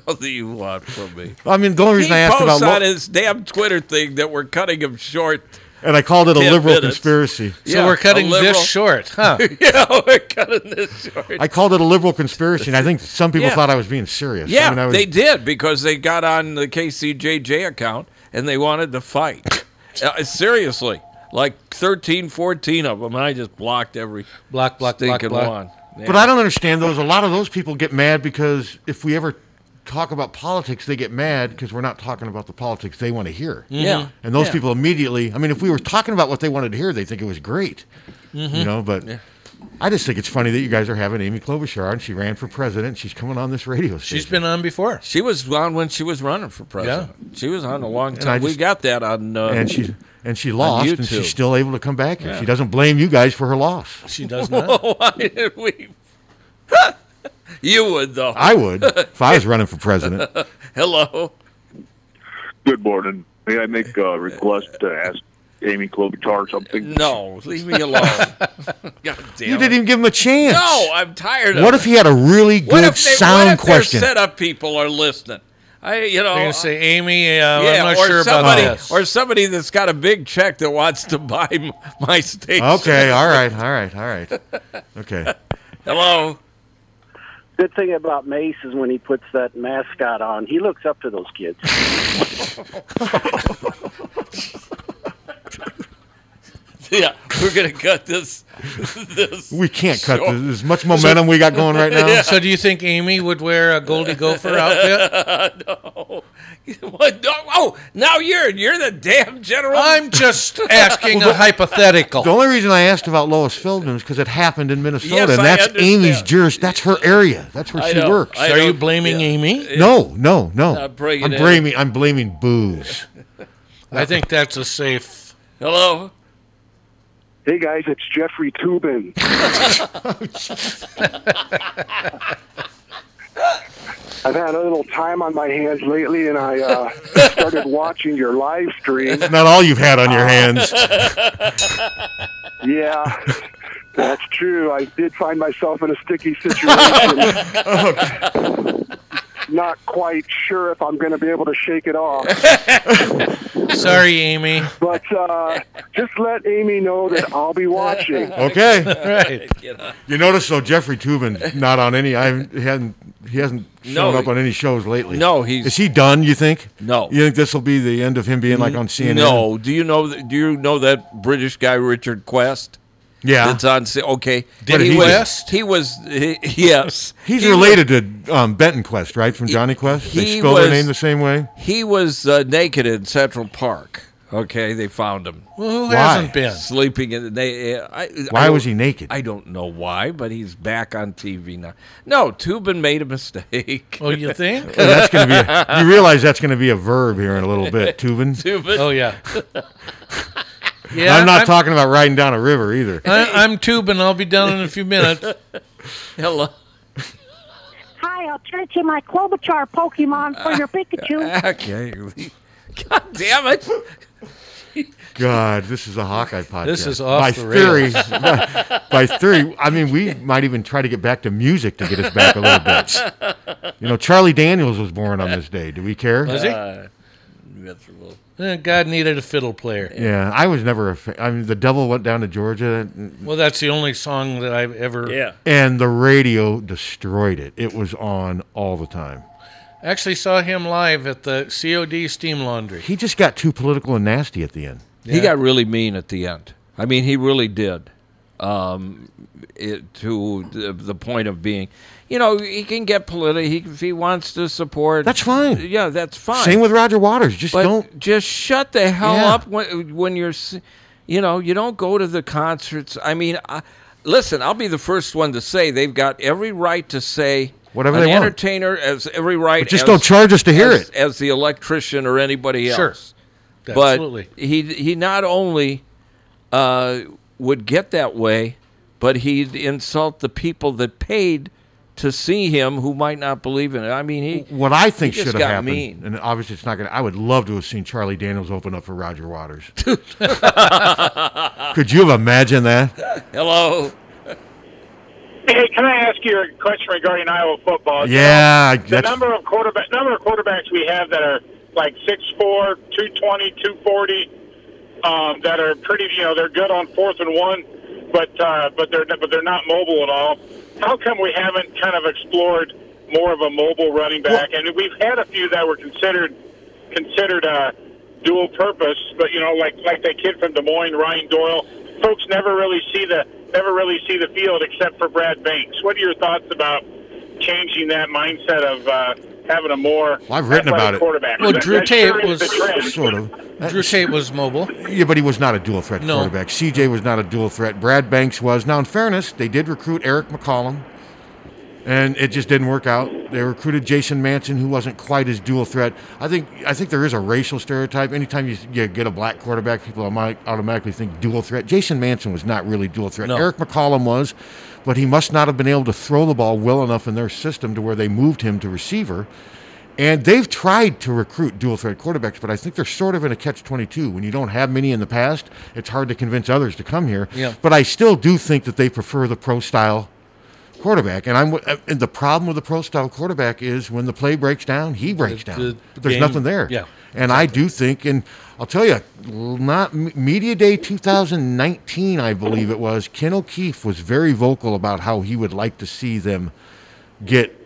What do you want from me? I mean, the only reason he I asked posts about lo- on his damn Twitter thing that we're cutting him short. And I called it a 10 liberal minutes. conspiracy. So we're a cutting this liberal- short, huh? yeah, we're cutting this short. I called it a liberal conspiracy, and I think some people Yeah. thought I was being serious. I Yeah, mean, I was- they did because they got on the KCJJ account and they wanted to fight. Uh, seriously, like 13, 14 of them. I just blocked every block, block, block, stinking block. one. But I don't understand those. A lot of those people get mad because if we ever talk about politics, they get mad because we're not talking about the politics they want to hear. Yeah. And those Mm-hmm. Yeah. people immediately, I mean, if we were talking about what they wanted to hear, they think it was great. Mhm. You know, but I just think it's funny that you guys are having Amy Klobuchar and she ran for president. and She's coming on this radio station. She's been on before. She was on when she was running for president. She was on a long I time. we just- got that on. Uh, and she and she on lost, and YouTube. she's still able to come back here. Yeah. She doesn't blame you guys for her loss. She does Why did we? you would though. I would if I was running for president. Hello. Good morning. May I make a request to ask Amy Klobuchar something? No, leave me alone. God damn You it. didn't even give him a chance. No, I'm tired of What it. if he had a really good What if they, sound what if question? Their setup people are listening. I, you know, They're gonna say, Amy, uh, I'm yeah, not or sure about somebody, this. or somebody that's got a big check that wants to buy m- my station. Okay, all right, all right, all right. Okay. Hello. Good thing about Mace is when he puts that mascot on, he looks up to those kids. Yeah, we're gonna cut this. this We can't cut short. this. There's much momentum we got going right now. Yeah. So do you think Amy would wear a Goldie Gopher outfit? no. What? No. Oh, now you're you're the damn general. I'm just asking a hypothetical. The only reason I asked about Lois Feldman is because it happened in Minnesota, Yes, and I that's understand. Amy's juris. That's her area. That's where I she know, works. I Are you know, blaming Amy? No, no, no. Not I'm bringing it in. blaming. I'm blaming booze. I think that's a safe. Hello. Hey guys, it's Jeffrey Tubin. I've had a little time on my hands lately, and I uh, started watching your live stream. That's not all you've had on your hands. Yeah, that's true. I did find myself in a sticky situation. Not quite sure if I'm going to be able to shake it off. Sorry, Amy. But uh, just let Amy know that I'll be watching. Okay. Get on. You notice though, Jeffrey Tubin not on any. I haven't. He hasn't, he hasn't shown No. up on any shows lately. No, he's- Is he done? You think? No. You think this will be the end of him being like on CNN? No. Do you know? th- Do you know that British guy Richard Quest? Yeah. It's on. C- Okay. Did he he was? Quest? He was. He, yes. He's He was- related to um, Benton Quest, right? From Johnny Quest. They he spell their was- name the same way. He was uh, naked in Central Park. Okay, they found him. Well, who Why? hasn't been? sleeping in the? They, uh, I, Why I was don't- he naked? I don't know why, but he's back on TV now. No, Tubin made a mistake. Oh, you think? So that's going to be. A, you realize that's going to be a verb here in a little bit, Tubin. Tubin. Oh yeah. And yeah. I'm not talking about riding down a river either. I, I'm tubing. I'll be down in a few minutes. Hello. Hi, I'll trade you my Klobuchar Pokemon for your Pikachu. Okay. God damn it! God, this is a Hawkeye podcast. This is off by the theory. rails. by, theory, I mean we might even try to get back to music to get us back a little bit. You know, Charlie Daniels was born on this day. Do we care? Was he? miserable. Eh, God needed a fiddle player. Yeah, I was never a fan. I mean, the devil went down to Georgia, Well, that's the only song that I've ever. Yeah. and the radio destroyed it. It was on all the time. Actually, saw him live at the COD Steam Laundry. He just got too political and nasty at the end. He got really mean at the end. I mean, he really did. Um, it, to the, the point of being, you know, he can get political. He, if he wants to support, That's fine. Yeah, that's fine. Same with Roger Waters. Just But don't. Just shut the hell Yeah. up when, when you're, s- you know, you don't go to the concerts. I mean, I, listen, I'll be the first one to say they've got every right to say Whatever an they want. entertainer has every right. But just as- don't charge us to hear as- it. as the electrician or anybody else. Sure. But Absolutely. he he not only uh, would get that way, but he'd insult the people that paid to see him who might not believe in it. I mean, he What I he think just should have got happened, mean. and obviously it's not going to, I would love to have seen Charlie Daniels open up for Roger Waters. Could you have imagined that? Hello. Hey, can I ask you a question regarding Iowa football? Yeah, I- Oh, the that's- number of quarterback number of quarterbacks we have that are like 6'4", 220, 240, um, that are pretty. You know, they're good on fourth and one, but uh, but they're but they're not mobile at all. How come we haven't kind of explored more of a mobile running back? and we've had a few that were considered considered uh, dual purpose, but you know, like like that kid from Des Moines, Ryan Doyle. Folks never really see the never really see the field except for Brad Banks. What are your thoughts about changing that mindset of uh, having a more Well, I've written athletic about it. quarterback? Well, That- Drew that sure Tate is the was- trend. Sort of. Drew Tate was mobile. Yeah, but he was not a dual threat No. quarterback. CJ was not a dual threat. Brad Banks was. Now, in fairness, they did recruit Eric McCollum, and it just didn't work out. They recruited Jason Manson, who wasn't quite as dual threat. I think I think there is a racial stereotype. Anytime you, you get a black quarterback, people automatic- automatically think dual threat. Jason Manson was not really dual threat. No. Eric McCollum was, but he must not have been able to throw the ball well enough in their system to where they moved him to receiver. And they've tried to recruit dual threat quarterbacks, but I think they're sort of in a catch 22. When you don't have many in the past, it's hard to convince others to come here. Yeah. But I still do think that they prefer the pro style quarterback. And I'm and the problem with the pro style quarterback is when the play breaks down, he breaks down. the There's game- nothing there. yeah, And I do think, and I'll tell you, not media day 2019, I believe it was. Ken O'Keefe was very vocal about how he would like to see them get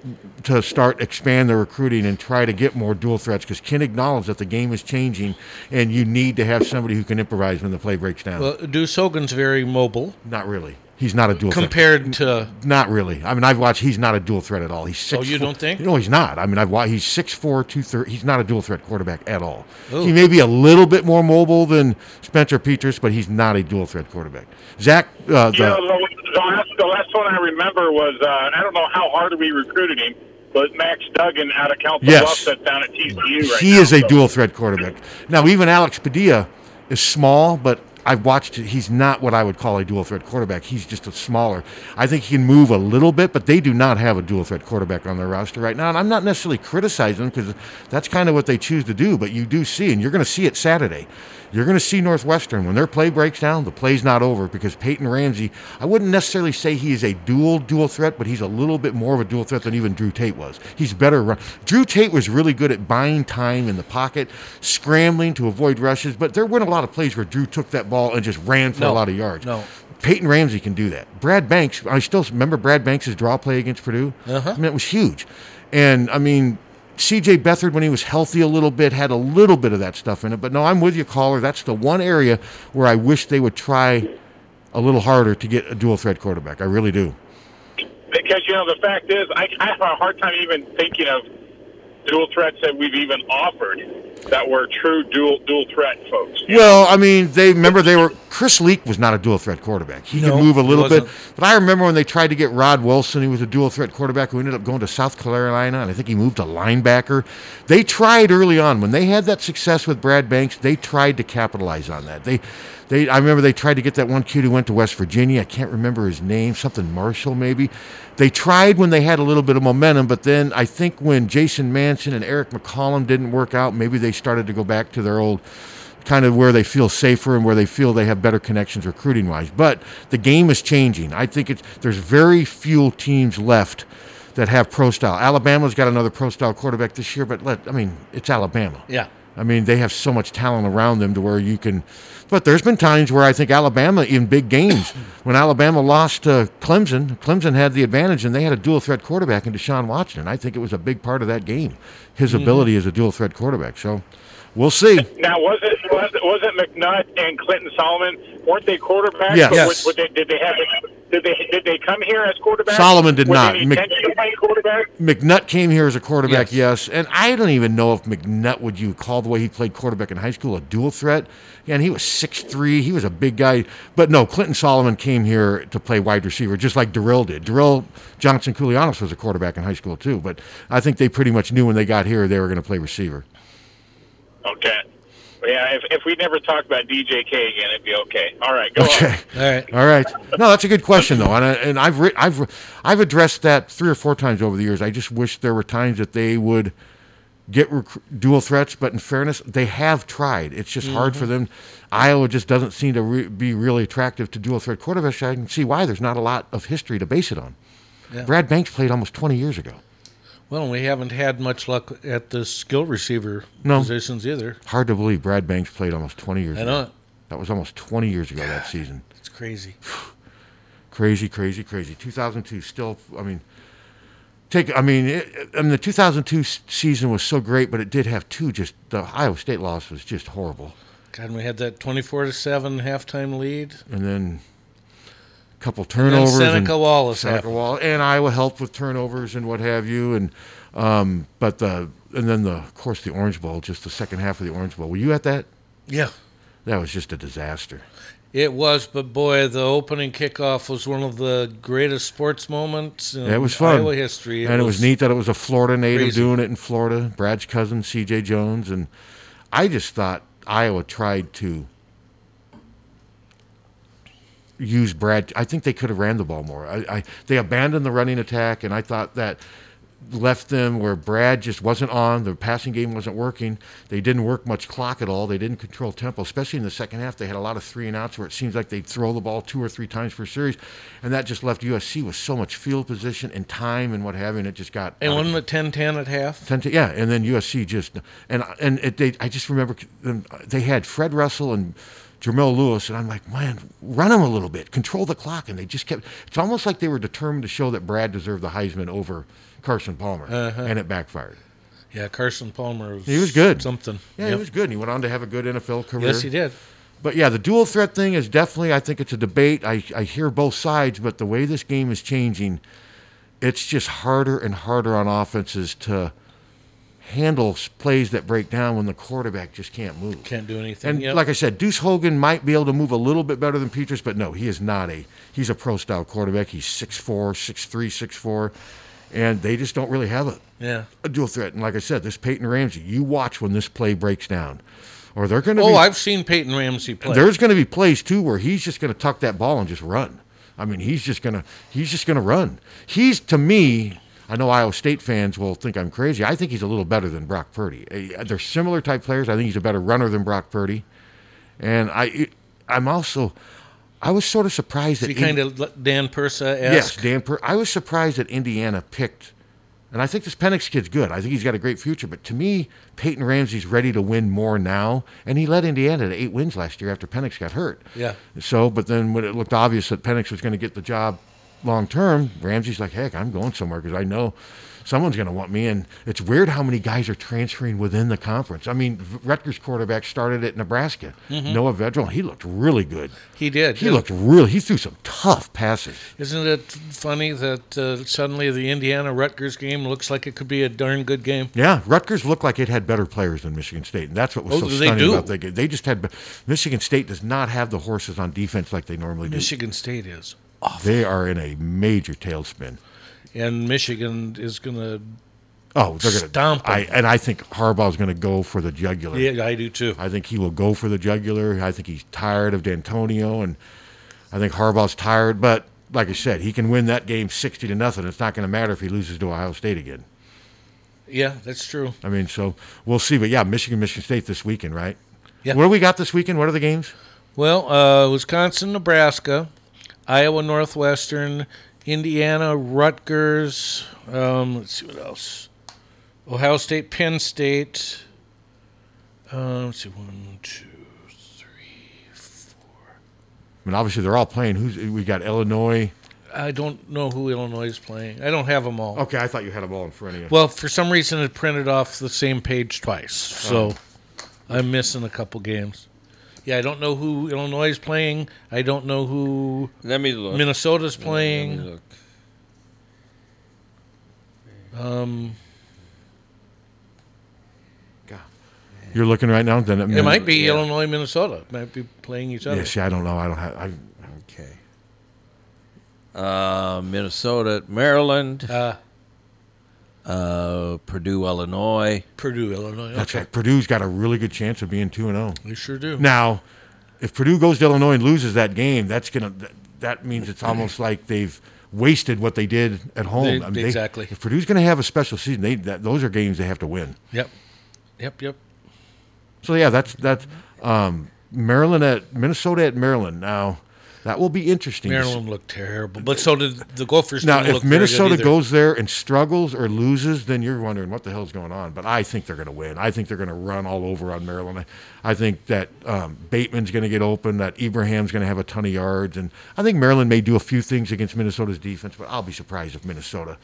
to start expand their recruiting and try to get more dual threats because Ken acknowledged that the game is changing and you need to have somebody who can improvise when the play breaks down. Well, Deuce Hogan's very mobile. Not really. He's not a dual threat. Compared to Not really. I mean, I've watched. He's not a dual threat at all. He's six. Oh, you don't think? No, he's not. I mean, I've watched. He's six four, two thirty. He's not a dual threat quarterback at all. Ooh. He may be a little bit more mobile than Spencer Peters, but he's not a dual threat quarterback. Zach, uh, You know, the, the, the, last, the last one I remember was, uh, and I don't know how hard we recruited him, but Max Duggan out of Council Yes. Bluffs that's down at TCU right he now. is a dual threat quarterback. Now, even Alex Padilla is small, but I've watched. it. He's not what I would call a dual threat quarterback. He's just a smaller. I think he can move a little bit, but they do not have a dual threat quarterback on their roster right now. And I'm not necessarily criticizing them because that's kind of what they choose to do. But you do see, and you're going to see it Saturday. You're going to see Northwestern when their play breaks down. The play's not over because Peyton Ramsey. I wouldn't necessarily say he is a dual dual threat, but he's a little bit more of a dual threat than even Drew Tate was. He's better. Run. Drew Tate was really good at buying time in the pocket, scrambling to avoid rushes. But there weren't a lot of plays where Drew took that ball and just ran for a No, lot of yards. no. Peyton Ramsey can do that. Brad Banks, I still remember Brad Banks' draw play against Purdue. I mean, it was huge. And I mean, CJ Beathard, when he was healthy a little bit, had a little bit of that stuff in it. But no, I'm with you, caller. That's the one area where I wish they would try a little harder to get a dual threat quarterback. I really do. Because, you know, the fact is, I, I have a hard time even thinking of dual threats that we've even offered that were true dual dual threat folks. Well, I mean, they remember they were Chris Leak was not a dual threat quarterback. He No, could move a he little bit, wasn't. but I remember when they tried to get Rod Wilson, he was a dual threat quarterback who ended up going to South Carolina, and I think he moved to linebacker. They tried early on when they had that success with Brad Banks. They tried to capitalize on that. They, they, I remember they tried to get that one kid who went to West Virginia. I can't remember his name, something Marshall maybe. They tried when they had a little bit of momentum, but then I think when Jason Manson and Eric McCollum didn't work out, maybe they started to go back to their old kind of where they feel safer and where they feel they have better connections recruiting wise. But the game is changing. I think it's there's very few teams left that have pro style. Alabama's got another pro style quarterback this year, but let I mean it's Alabama. Yeah. I mean, they have so much talent around them to where you can. But there's been times where I think Alabama in big games, when Alabama lost to Clemson, Clemson had the advantage and they had a dual threat quarterback in Deshaun Watson. And I think it was a big part of that game, his Mhm. ability as a dual threat quarterback. So we'll see. Now, was it was it, was it McNutt and Clinton Solomon? Weren't they quarterbacks? Yes. But Yes. would- would they- did they have? Did they did they come here as quarterbacks? Solomon did Was not. any Mc- intention to play quarterback? McNutt came here as a quarterback, yes. And I don't even know if McNutt would you call the way he played quarterback in high school a dual threat. And he was 6'3, he was a big guy. But no, Clinton Solomon came here to play wide receiver, just like Darrell did. Darrell Johnson Koulianos was a quarterback in high school, too. But I think they pretty much knew when they got here they were going to play receiver. Okay. Yeah, if, if we never talk about DJK again, it'd be okay. All right, go okay. on. All right. All right. No, that's a good question though, and I, and I've writ I've I've addressed that three or four times over the years. I just wish there were times that they would get rec- dual threats, but in fairness, they have tried. It's just hard Mhm. for them. Iowa just doesn't seem to re- be really attractive to dual threat quarterbacks. I can see why. There's not a lot of history to base it on. Yeah. Brad Banks played almost 20 years ago. Well, we haven't had much luck at the skill receiver No. positions either. Hard to believe Brad Banks played almost 20 years I ago. know it. That was almost 20 years ago that season. It's crazy. crazy, crazy, crazy. 2002 still. I mean, take. I mean, it, I mean, the 2002 s- season was so great, but it did have two. Just the Iowa State loss was just horrible, God, we had that twenty-four to seven halftime lead. and then a couple then turnovers. Seneca Wallace Seneca happened. Wallace, and Iowa helped with turnovers and what have you, and um, but the and then the of course the Orange Bowl, just the second half of the Orange Bowl. Were you at that? Yeah. That was just a disaster. It was, but boy, the opening kickoff was one of the greatest sports moments in it was fun. Iowa history. and it was neat that it was a Florida native crazy. doing it in Florida. Brad's cousin, C.J. Jones, and I just thought Iowa tried to use Brad. I think they could have ran the ball more. I, I they abandoned the running attack, and I thought that left them where Brad just wasn't on. The passing game wasn't working. They didn't work much clock at all. They didn't control tempo, especially in the second half. They had a lot of three and outs where it seems like they'd throw the ball two or three times per series, and that just left USC with so much field position and time and what have you. And it just got And wasn't it 10-10 at half? Ten to- yeah, and then USC just and and it, they I just remember them, they had Fred Russell and Jermel Lewis, and I'm like, man, run them a little bit, control the clock, and they just kept. It's almost like they were determined to show that Brad deserved the Heisman over Carson Palmer, Uh-huh. and it backfired. Yeah, Carson Palmer was. He was good. Something. Yeah, Yep. he was good. And he went on to have a good NFL career. Yes, he did. But yeah, the dual threat thing is definitely. I think it's a debate. I I hear both sides, but the way this game is changing, it's just harder and harder on offenses to handle s- plays that break down when the quarterback just can't move. Can't do anything. And yep. like I said, Deuce Hogan might be able to move a little bit better than Peters, but no, he is not a. He's a pro style quarterback. He's 6'4", 6'3", 6'4", and they just don't really have a Yeah. a dual threat. And like I said, this Peyton Ramsey, you watch when this play breaks down, or they're going to. Oh, be, I've seen Peyton Ramsey play. There's going to be plays too where he's just going to tuck that ball and just run. I mean, he's just going to he's just going to run. He's to me. I know Iowa State fans will think I'm crazy. I think he's a little better than Brock Purdy. Eh, They're similar type players. I think he's a better runner than Brock Purdy. And I, it- I'm also, I was sort of surprised that He Indi- kind of Dan Persa. Yes, Dan Per- I was surprised that Indiana picked, and I think this Penix kid's good. I think he's got a great future. But to me, Peyton Ramsey's ready to win more now, and he led Indiana to eight wins last year after Penix got hurt. Yeah. So, but then when it looked obvious that Penix was going to get the job long term, Ramsey's like, heck, I'm going somewhere because I know someone's going to want me. And it's weird how many guys are transferring within the conference. I mean, V- Rutgers quarterback started at Nebraska, Mhm. Noah Vedral. He looked really good. He did, He yeah. looked really. He threw some tough passes. Isn't it funny that uh, suddenly the Indiana Rutgers game looks like it could be a darn good game? Yeah, Rutgers looked like it had better players than Michigan State, and that's what was so Oh, they stunning do. about that game. They just had Michigan State does not have the horses on defense like they normally do. Michigan State is, They are in a major tailspin. and Michigan is going to. Oh, they're gonna Stomp 'em. I, and I think Harbaugh's going to go for the jugular. Yeah, I do too. I think he will go for the jugular. I think he's tired of D'Antonio, and I think Harbaugh's tired. But like I said, he can win that game sixty to nothing. It's not going to matter if he loses to Ohio State again. Yeah, that's true. I mean, so we'll see. But yeah, Michigan, Michigan State this weekend, right? Where we got this weekend? What are the games? Well, uh, Wisconsin, Nebraska, Iowa Northwestern, Indiana, Rutgers. Um, let's see what else. Ohio State, Penn State. Um, let's see one, two. I mean, obviously they're all playing. Who's we got? Illinois. I don't know who Illinois is playing. I don't have them all. Okay, I thought you had them all in front of you. Well, for some reason it printed off the same page twice, Uh-huh. so I'm missing a couple games. Yeah, I don't know who Illinois is playing. I don't know who Let me look. Minnesota's Let me- playing. let me look. Um, You're looking right now. Then it might be Illinois, Minnesota. Might be playing each other. Yeah, see, I don't know. I don't have. I, okay. Uh, Minnesota, Maryland. uh, Uh, Purdue, Illinois. Purdue, Illinois. That's right. Purdue's got a really good chance of being two and zero. They sure do. Now, if Purdue goes to Illinois and loses that game, that's gonna that, that means it's almost like they've wasted what they did at home. They- I mean, they- exactly. if Purdue's gonna have a special season, they that, those are games they have to win. Yep. Yep. Yep. So yeah, that's that's um, Maryland at Minnesota at Maryland. Now that will be interesting. to see. Maryland looked terrible, but so did the Gophers. Now, didn't if look very good Minnesota either. goes there and struggles or loses, then you're wondering what the hell's going on. But I think they're going to win. I think they're going to run all over on Maryland. I, I think that um, Bateman's going to get open, that Ibrahim's going to have a ton of yards, and I think Maryland may do a few things against Minnesota's defense. But I'll be surprised if Minnesota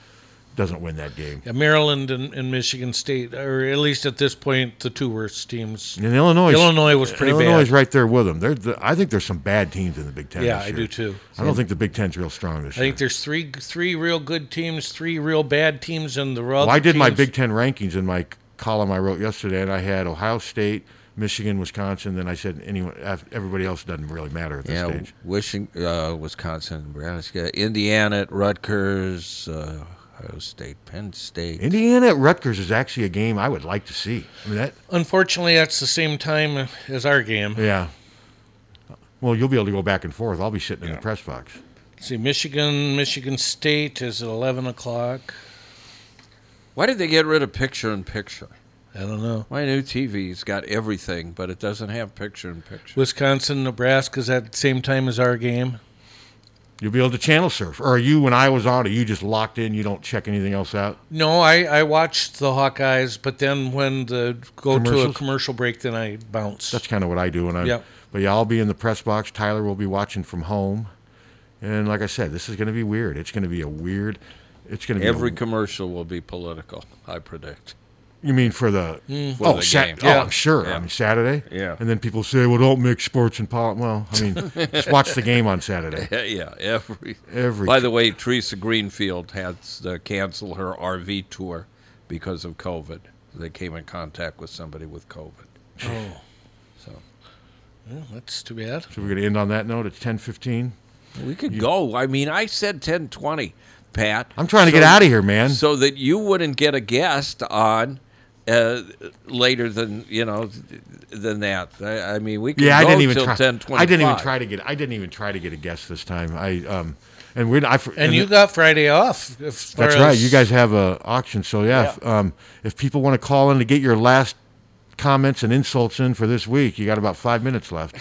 doesn't win that game. Yeah, Maryland and, and Michigan State, or at least at this point, the two worst teams. And Illinois, Illinois was pretty Illinois is bad. right there with them. They're the, I think there's some bad teams in the Big Ten. Yeah, this I year. do too. I don't think the Big Ten's real strong this I think there's three three real good teams, three real bad teams, and the other Well, I did my teams- Big Ten rankings in my column I wrote yesterday, and I had Ohio State, Michigan, Wisconsin. Then I said anyone, everybody else doesn't really matter at this Yeah, stage. wishing uh, Wisconsin, Nebraska, Indiana, at Rutgers, uh, Ohio State, Penn State. Indiana at Rutgers is actually a game I would like to see. I mean that. Unfortunately, that's the same time as our game. Yeah. Well, you'll be able to go back and forth. I'll be sitting in the press box. See, Michigan, Michigan State is at eleven o'clock. Why did they get rid of picture in picture? I don't know. My new TV's got everything, but it doesn't have picture in picture. Wisconsin, Nebraska's at the same time as our game. You'll be able to channel surf. Or are you, when I was on, are you just locked in? You don't check anything else out? No, I, I watched the Hawkeyes, but then when the go to a Commercials? commercial break, then I bounce. That's kind of what I do when I. Yep. But yeah, I'll be in the press box. Tyler will be watching from home, and like I said, this is going to be weird. It's going to be a weird. It's going to be a- Every commercial will be political, I predict. You mean for the Hmm. Mm. For oh, the Sat- game. oh, Yeah. I'm sure. Yeah. I mean Saturday. Yeah. And then people say, "Well, don't mix sports and politics." Well, I mean, just watch the game on Saturday. yeah, every Every- By the way, Teresa Greenfield had to cancel her RV tour because of COVID. They came in contact with somebody with COVID. Oh. So. Well, that's too bad. So we're going to end on that note. It's ten fifteen. We could go. I mean, I said ten twenty, Pat. I'm trying to get outta here, man. So that you wouldn't get a guest on uh, later than you know than that. I, I mean, we could Yeah, I go didn't even till try. 10:25. I didn't even try to get. I didn't even try to get a guest this time. I um, and we're I And, you got Friday off. As far That's right. as- You guys have a auction, so yeah. If, um, if people want to call in to get your last comments and insults in for this week, you got about five minutes left.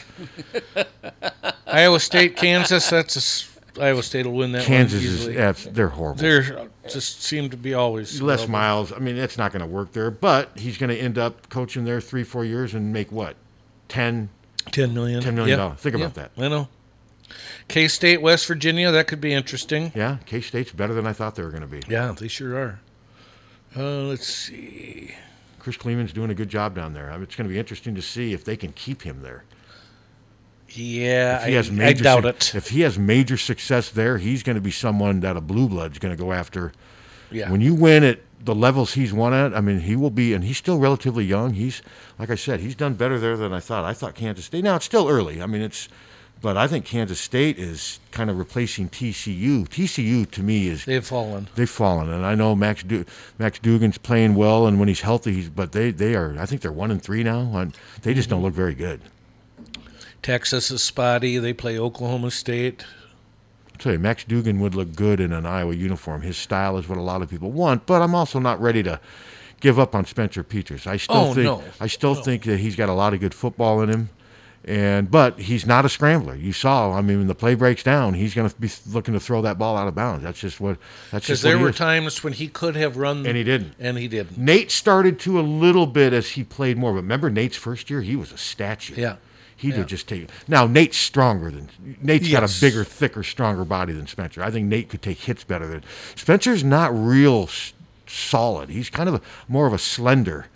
Iowa State, Kansas. That's a s Iowa State will win that. Kansas one is- easily. yeah, they're horrible. They're just seem to be always uh, Les horrible. Miles. I mean, that's not going to work there, but he's going to end up coaching there three, four years and make what? 10 10 million. $10 million. Yeah, Think about yeah, that. I know. K State, West Virginia. That could be interesting. Yeah, K State's better than I thought they were going to be. Yeah, they sure are. Uh, let's see. Chris Kleeman's doing a good job down there. I mean, it's going to be interesting to see if they can keep him there. Yeah, If I, I doubt it. suc- If he has major success there, he's going to be someone that a blue blood's going to go after. Yeah. When you win at the levels he's won at, I mean, he will be, and he's still relatively young. He's, like I said, he's done better there than I thought. I thought Kansas State. Now it's still early. I mean, it's, but I think Kansas State is kind of replacing TCU. TCU to me is They've fallen. They've fallen, and I know Max du- Max Dugan's playing well, and when he's healthy, he's, but they they are. I think they're one and three now, and they just Mm-hmm. don't look very good. Texas is spotty. They play Oklahoma State. I'll tell you, Max Dugan would look good in an Iowa uniform. His style is what a lot of people want, but I'm also not ready to give up on Spencer Peters. I still Oh, think no. I still think that he's got a lot of good football in him, and but he's not a scrambler. You saw, I mean, when the play breaks down, he's going to be looking to throw that ball out of bounds. That's just what. That's Because just what there he were is. times when he could have run, And he didn't. and he didn't. Nate started to a little bit as he played more. But remember Nate's first year? He was a statue. Yeah. He Yeah. did just take Now Nate's stronger than Nate's got Yes. a bigger, thicker, stronger body than Spencer. I think Nate could take hits better than Spencer's not real s- solid. He's kind of a, more of a slender.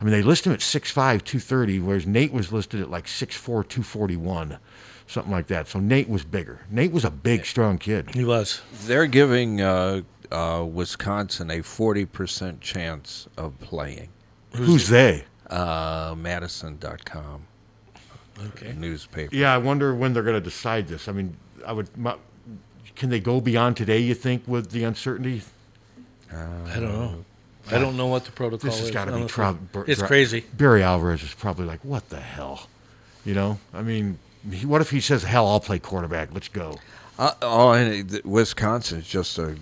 I mean, they list him at 6'5", 230, whereas Nate was listed at like 6'4", 241, something like that. So Nate was bigger. Nate was a big, strong kid. He was. They're giving uh, uh, Wisconsin a 40% chance of playing. Who's Who's they? Uh, Madison.com. Okay. Newspaper. Yeah, I wonder when they're going to decide this. I mean, I would. My, can they go beyond today? You think with the uncertainty? Uh, I don't know. I don't know what the protocol This has is, got to be honestly. Trump. Bur- It's Dra- crazy. Barry Alvarez is probably like, "What the hell?" You know? I mean, he, what if he says, "Hell, I'll play quarterback. Let's go." Uh, oh, and it- Wisconsin's just a,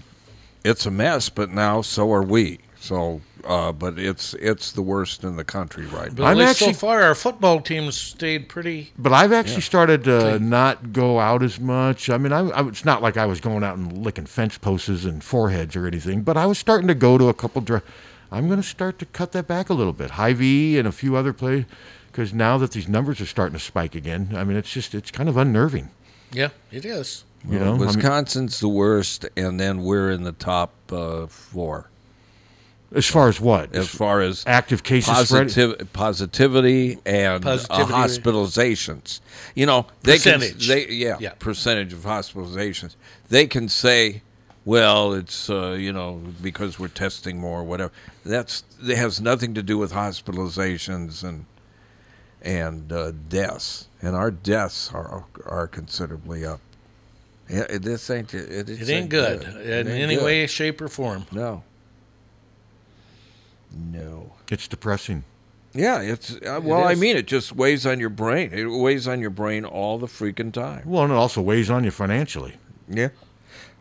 it's a mess. But now so are we. So, uh, but it's it's the worst in the country right But now. at least so far, our football teams stayed pretty. But I've actually Yeah. started uh, to not go out as much. I mean, I, I- it's not like I was going out and licking fence posts and foreheads or anything, but I was starting to go to a couple. Dr- I'm going to start to cut that back a little bit. High V and a few other plays, because now that these numbers are starting to spike again, I mean, it's just it's kind of unnerving. Yeah, it is. You know, I mean- Wisconsin's the worst, and then we're in the top uh, four. As far as what? As far as active cases spread- positiv- positivity and uh, Positivity rate. hospitalizations. You know, they can Percentage. they yeah, Yeah. percentage of hospitalizations. They can say, well, it's uh, you know because we're testing more, whatever. That's that has nothing to do with hospitalizations and and uh, deaths. And our deaths are are considerably up. Yeah, it- this ain't it, It ain't good, in ain't any good. way, shape, or form. No. No. It's depressing. Yeah, it's uh, It well. I is. mean, it just weighs on your brain. It weighs on your brain all the freaking time. Well, and it also weighs on you financially. Yeah.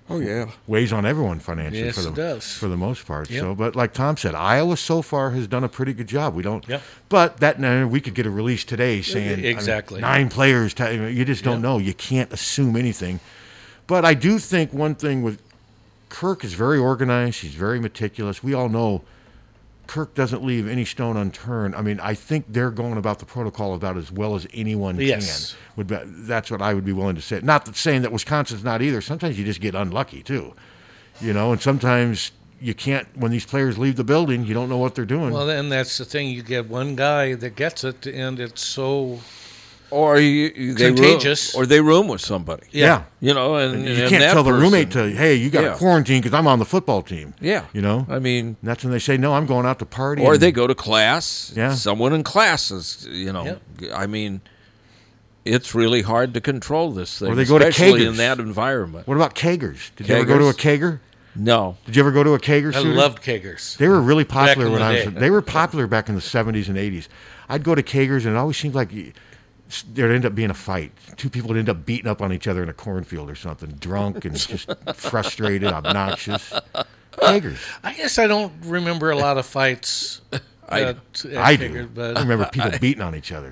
Oh yeah. Weighs on everyone financially Yes, for the it does. for the most part. Yep. So, but like Tom said, Iowa so far has done a pretty good job. We don't. Yep. But that no, we could get a release today saying I mean, Exactly. nine players. T- you just don't know. You can't assume anything. But I do think one thing with Kirk is very organized. He's very meticulous. We all know Kirk doesn't leave any stone unturned. I mean, I think they're going about the protocol about as well as anyone Yes. can. Would be, that's what I would be willing to say. Not that saying that Wisconsin's not either. Sometimes you just get unlucky too, you know. And sometimes you can't when these players leave the building. You don't know what they're doing. Well, then that's the thing. You get one guy that gets it, and it's so. Or you, you- they room- contagious. or they room with somebody. Yeah. Yeah. You know, and, you and can't that tell the roommate to, person- hey, you got to Yeah. quarantine because I'm on the football team. Yeah. you know. I mean, that's when they say, no, I'm going out to party. Or and- they go to class. Yeah. Someone in class is, you know, I mean, it's really hard to control this thing. Or they go to especially Kagers. in that environment. What about Kagers? Did you ever go to a Kager? No. Did you ever go to a Kager? I shooting? loved Kagers. They were really Back popular in when the I was. day. They were popular back in the seventies and eighties. I'd go to Kagers, and it always seemed like y- s- there'd end up being a fight. Two people would end up beating up on each other in a cornfield or something, drunk and just frustrated, obnoxious. Kagers. I guess I don't remember a lot of fights. I at- do. at I do. Kagers, but- I remember people beating on each other.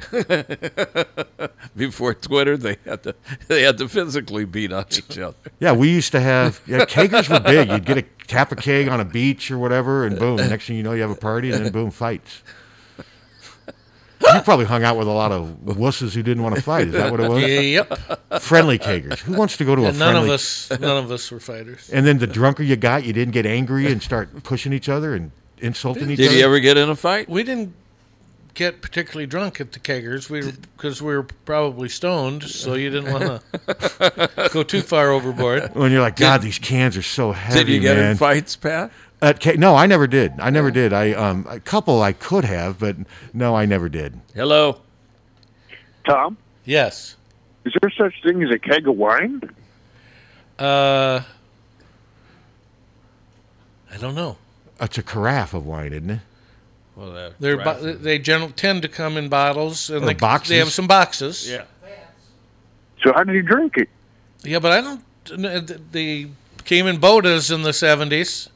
Before Twitter, they had to they had to physically beat on each other. Yeah, we used to have. Yeah, Kagers were big. You'd get a tap a keg on a beach or whatever, and boom. Next thing you know, you have a party, and then boom, fights. You probably hung out with a lot of wusses who didn't want to fight. Is that what it was? Yep. Friendly Kagers. Who wants to go to a And none friendly? of us, none of us were fighters. And then the drunker you got, you didn't get angry and start pushing each other and insulting each Did other. you ever get in a fight? We didn't get particularly drunk at the Kegers. We because we were probably stoned, so you didn't want to go too far overboard. When you're like, God, these cans are so heavy. Did you get man. in fights, Pat? At K- no, I never did. I never did. I um, a couple I could have, but no, I never did. Hello. Tom? Yes. Is there such thing as a keg of wine? Uh, I don't know. It's a carafe of wine, isn't it? Well, They're bo- they general tend to come in bottles and Or they, boxes. they have some boxes. Yeah. So how do you drink it? Yeah, but I uh, don't. n- th- They came in Bodas in the seventies,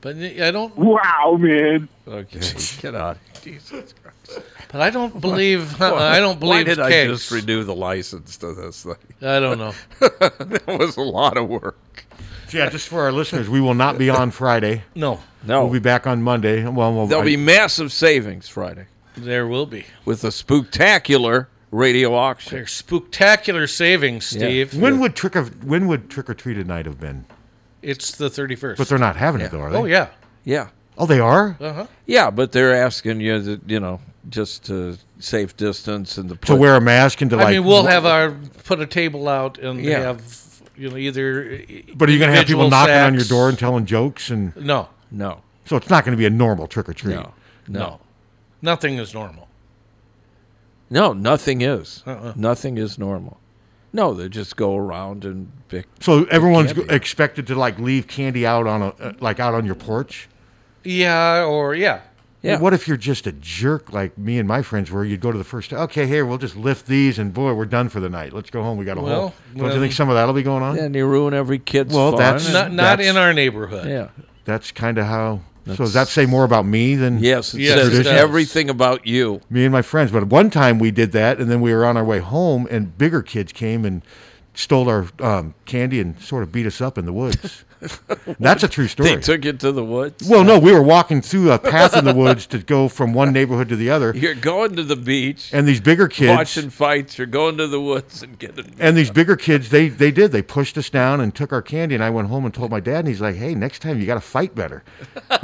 But I don't. Wow, man. Okay, get out. Jesus Christ. But I don't believe. uh, I don't Why believe. did I cakes. just renew the license to this thing? I don't know. that was a lot of work. Yeah, just for our listeners, we will not be on Friday. No. No. We'll be back on Monday. Well, we'll There'll I- be massive savings Friday There will be. with a spectacular radio auction. There's spectacular savings, Steve. When would trick of when would trick or treat at night have been? It's the 31st. But they're not having it though, are they? Oh, yeah. Yeah. Oh, they are. Uh-huh. Yeah, but they're asking you, to, you know, just to safe distance and the To wear a mask and to like. I mean, we'll have our put a table out and Yeah. have you know either. But are you going to have people individual knocking on your sacks- door and telling jokes and? No. No. So it's not going to be a normal trick or treat. No. No. Nothing is normal. No, nothing is. Uh-uh. Nothing is normal. No, they just go around and pick. So pick everyone's candy. expected to like leave candy out on a uh, like out on your porch. Yeah, or yeah. Well, What if you're just a jerk like me and my friends were? You'd go to the first. Okay, here we'll just lift these, and boy, we're done for the night. Let's go home. We got a Well, hole. Don't you then- think some of that'll be going on? Then you ruin every kid's Well, fun that's and- Not not in our neighborhood. Yeah. That's kind of how. so does that say more about me than Yes, it the says tradition? everything about you. me and my friends. But one time we did that, and then we were on our way home, and bigger kids came and stole our um, candy and sort of beat us up in the woods. That's a true story. They took it to the woods. well, no, we were walking through a path in the woods to go from one neighborhood to the other, You're going to the beach. and these bigger kids. watching fights. You're going to the woods and getting. And these bigger kids, they, they did. They pushed us down and took our candy. And I went home and told my dad, and he's like, "Hey, next time you got to fight better.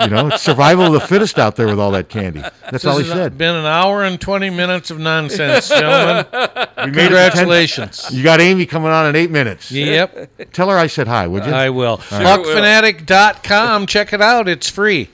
You know, it's survival of the fittest out there with all that candy." That's This all he has said. Been an hour and twenty minutes of nonsense, gentlemen. We made it to ten- Congratulations. You got Amy coming on in eight minutes. Yep. Tell her I said hi, would you? I will. All right. Huckfanatic.com. Check it out. It's free.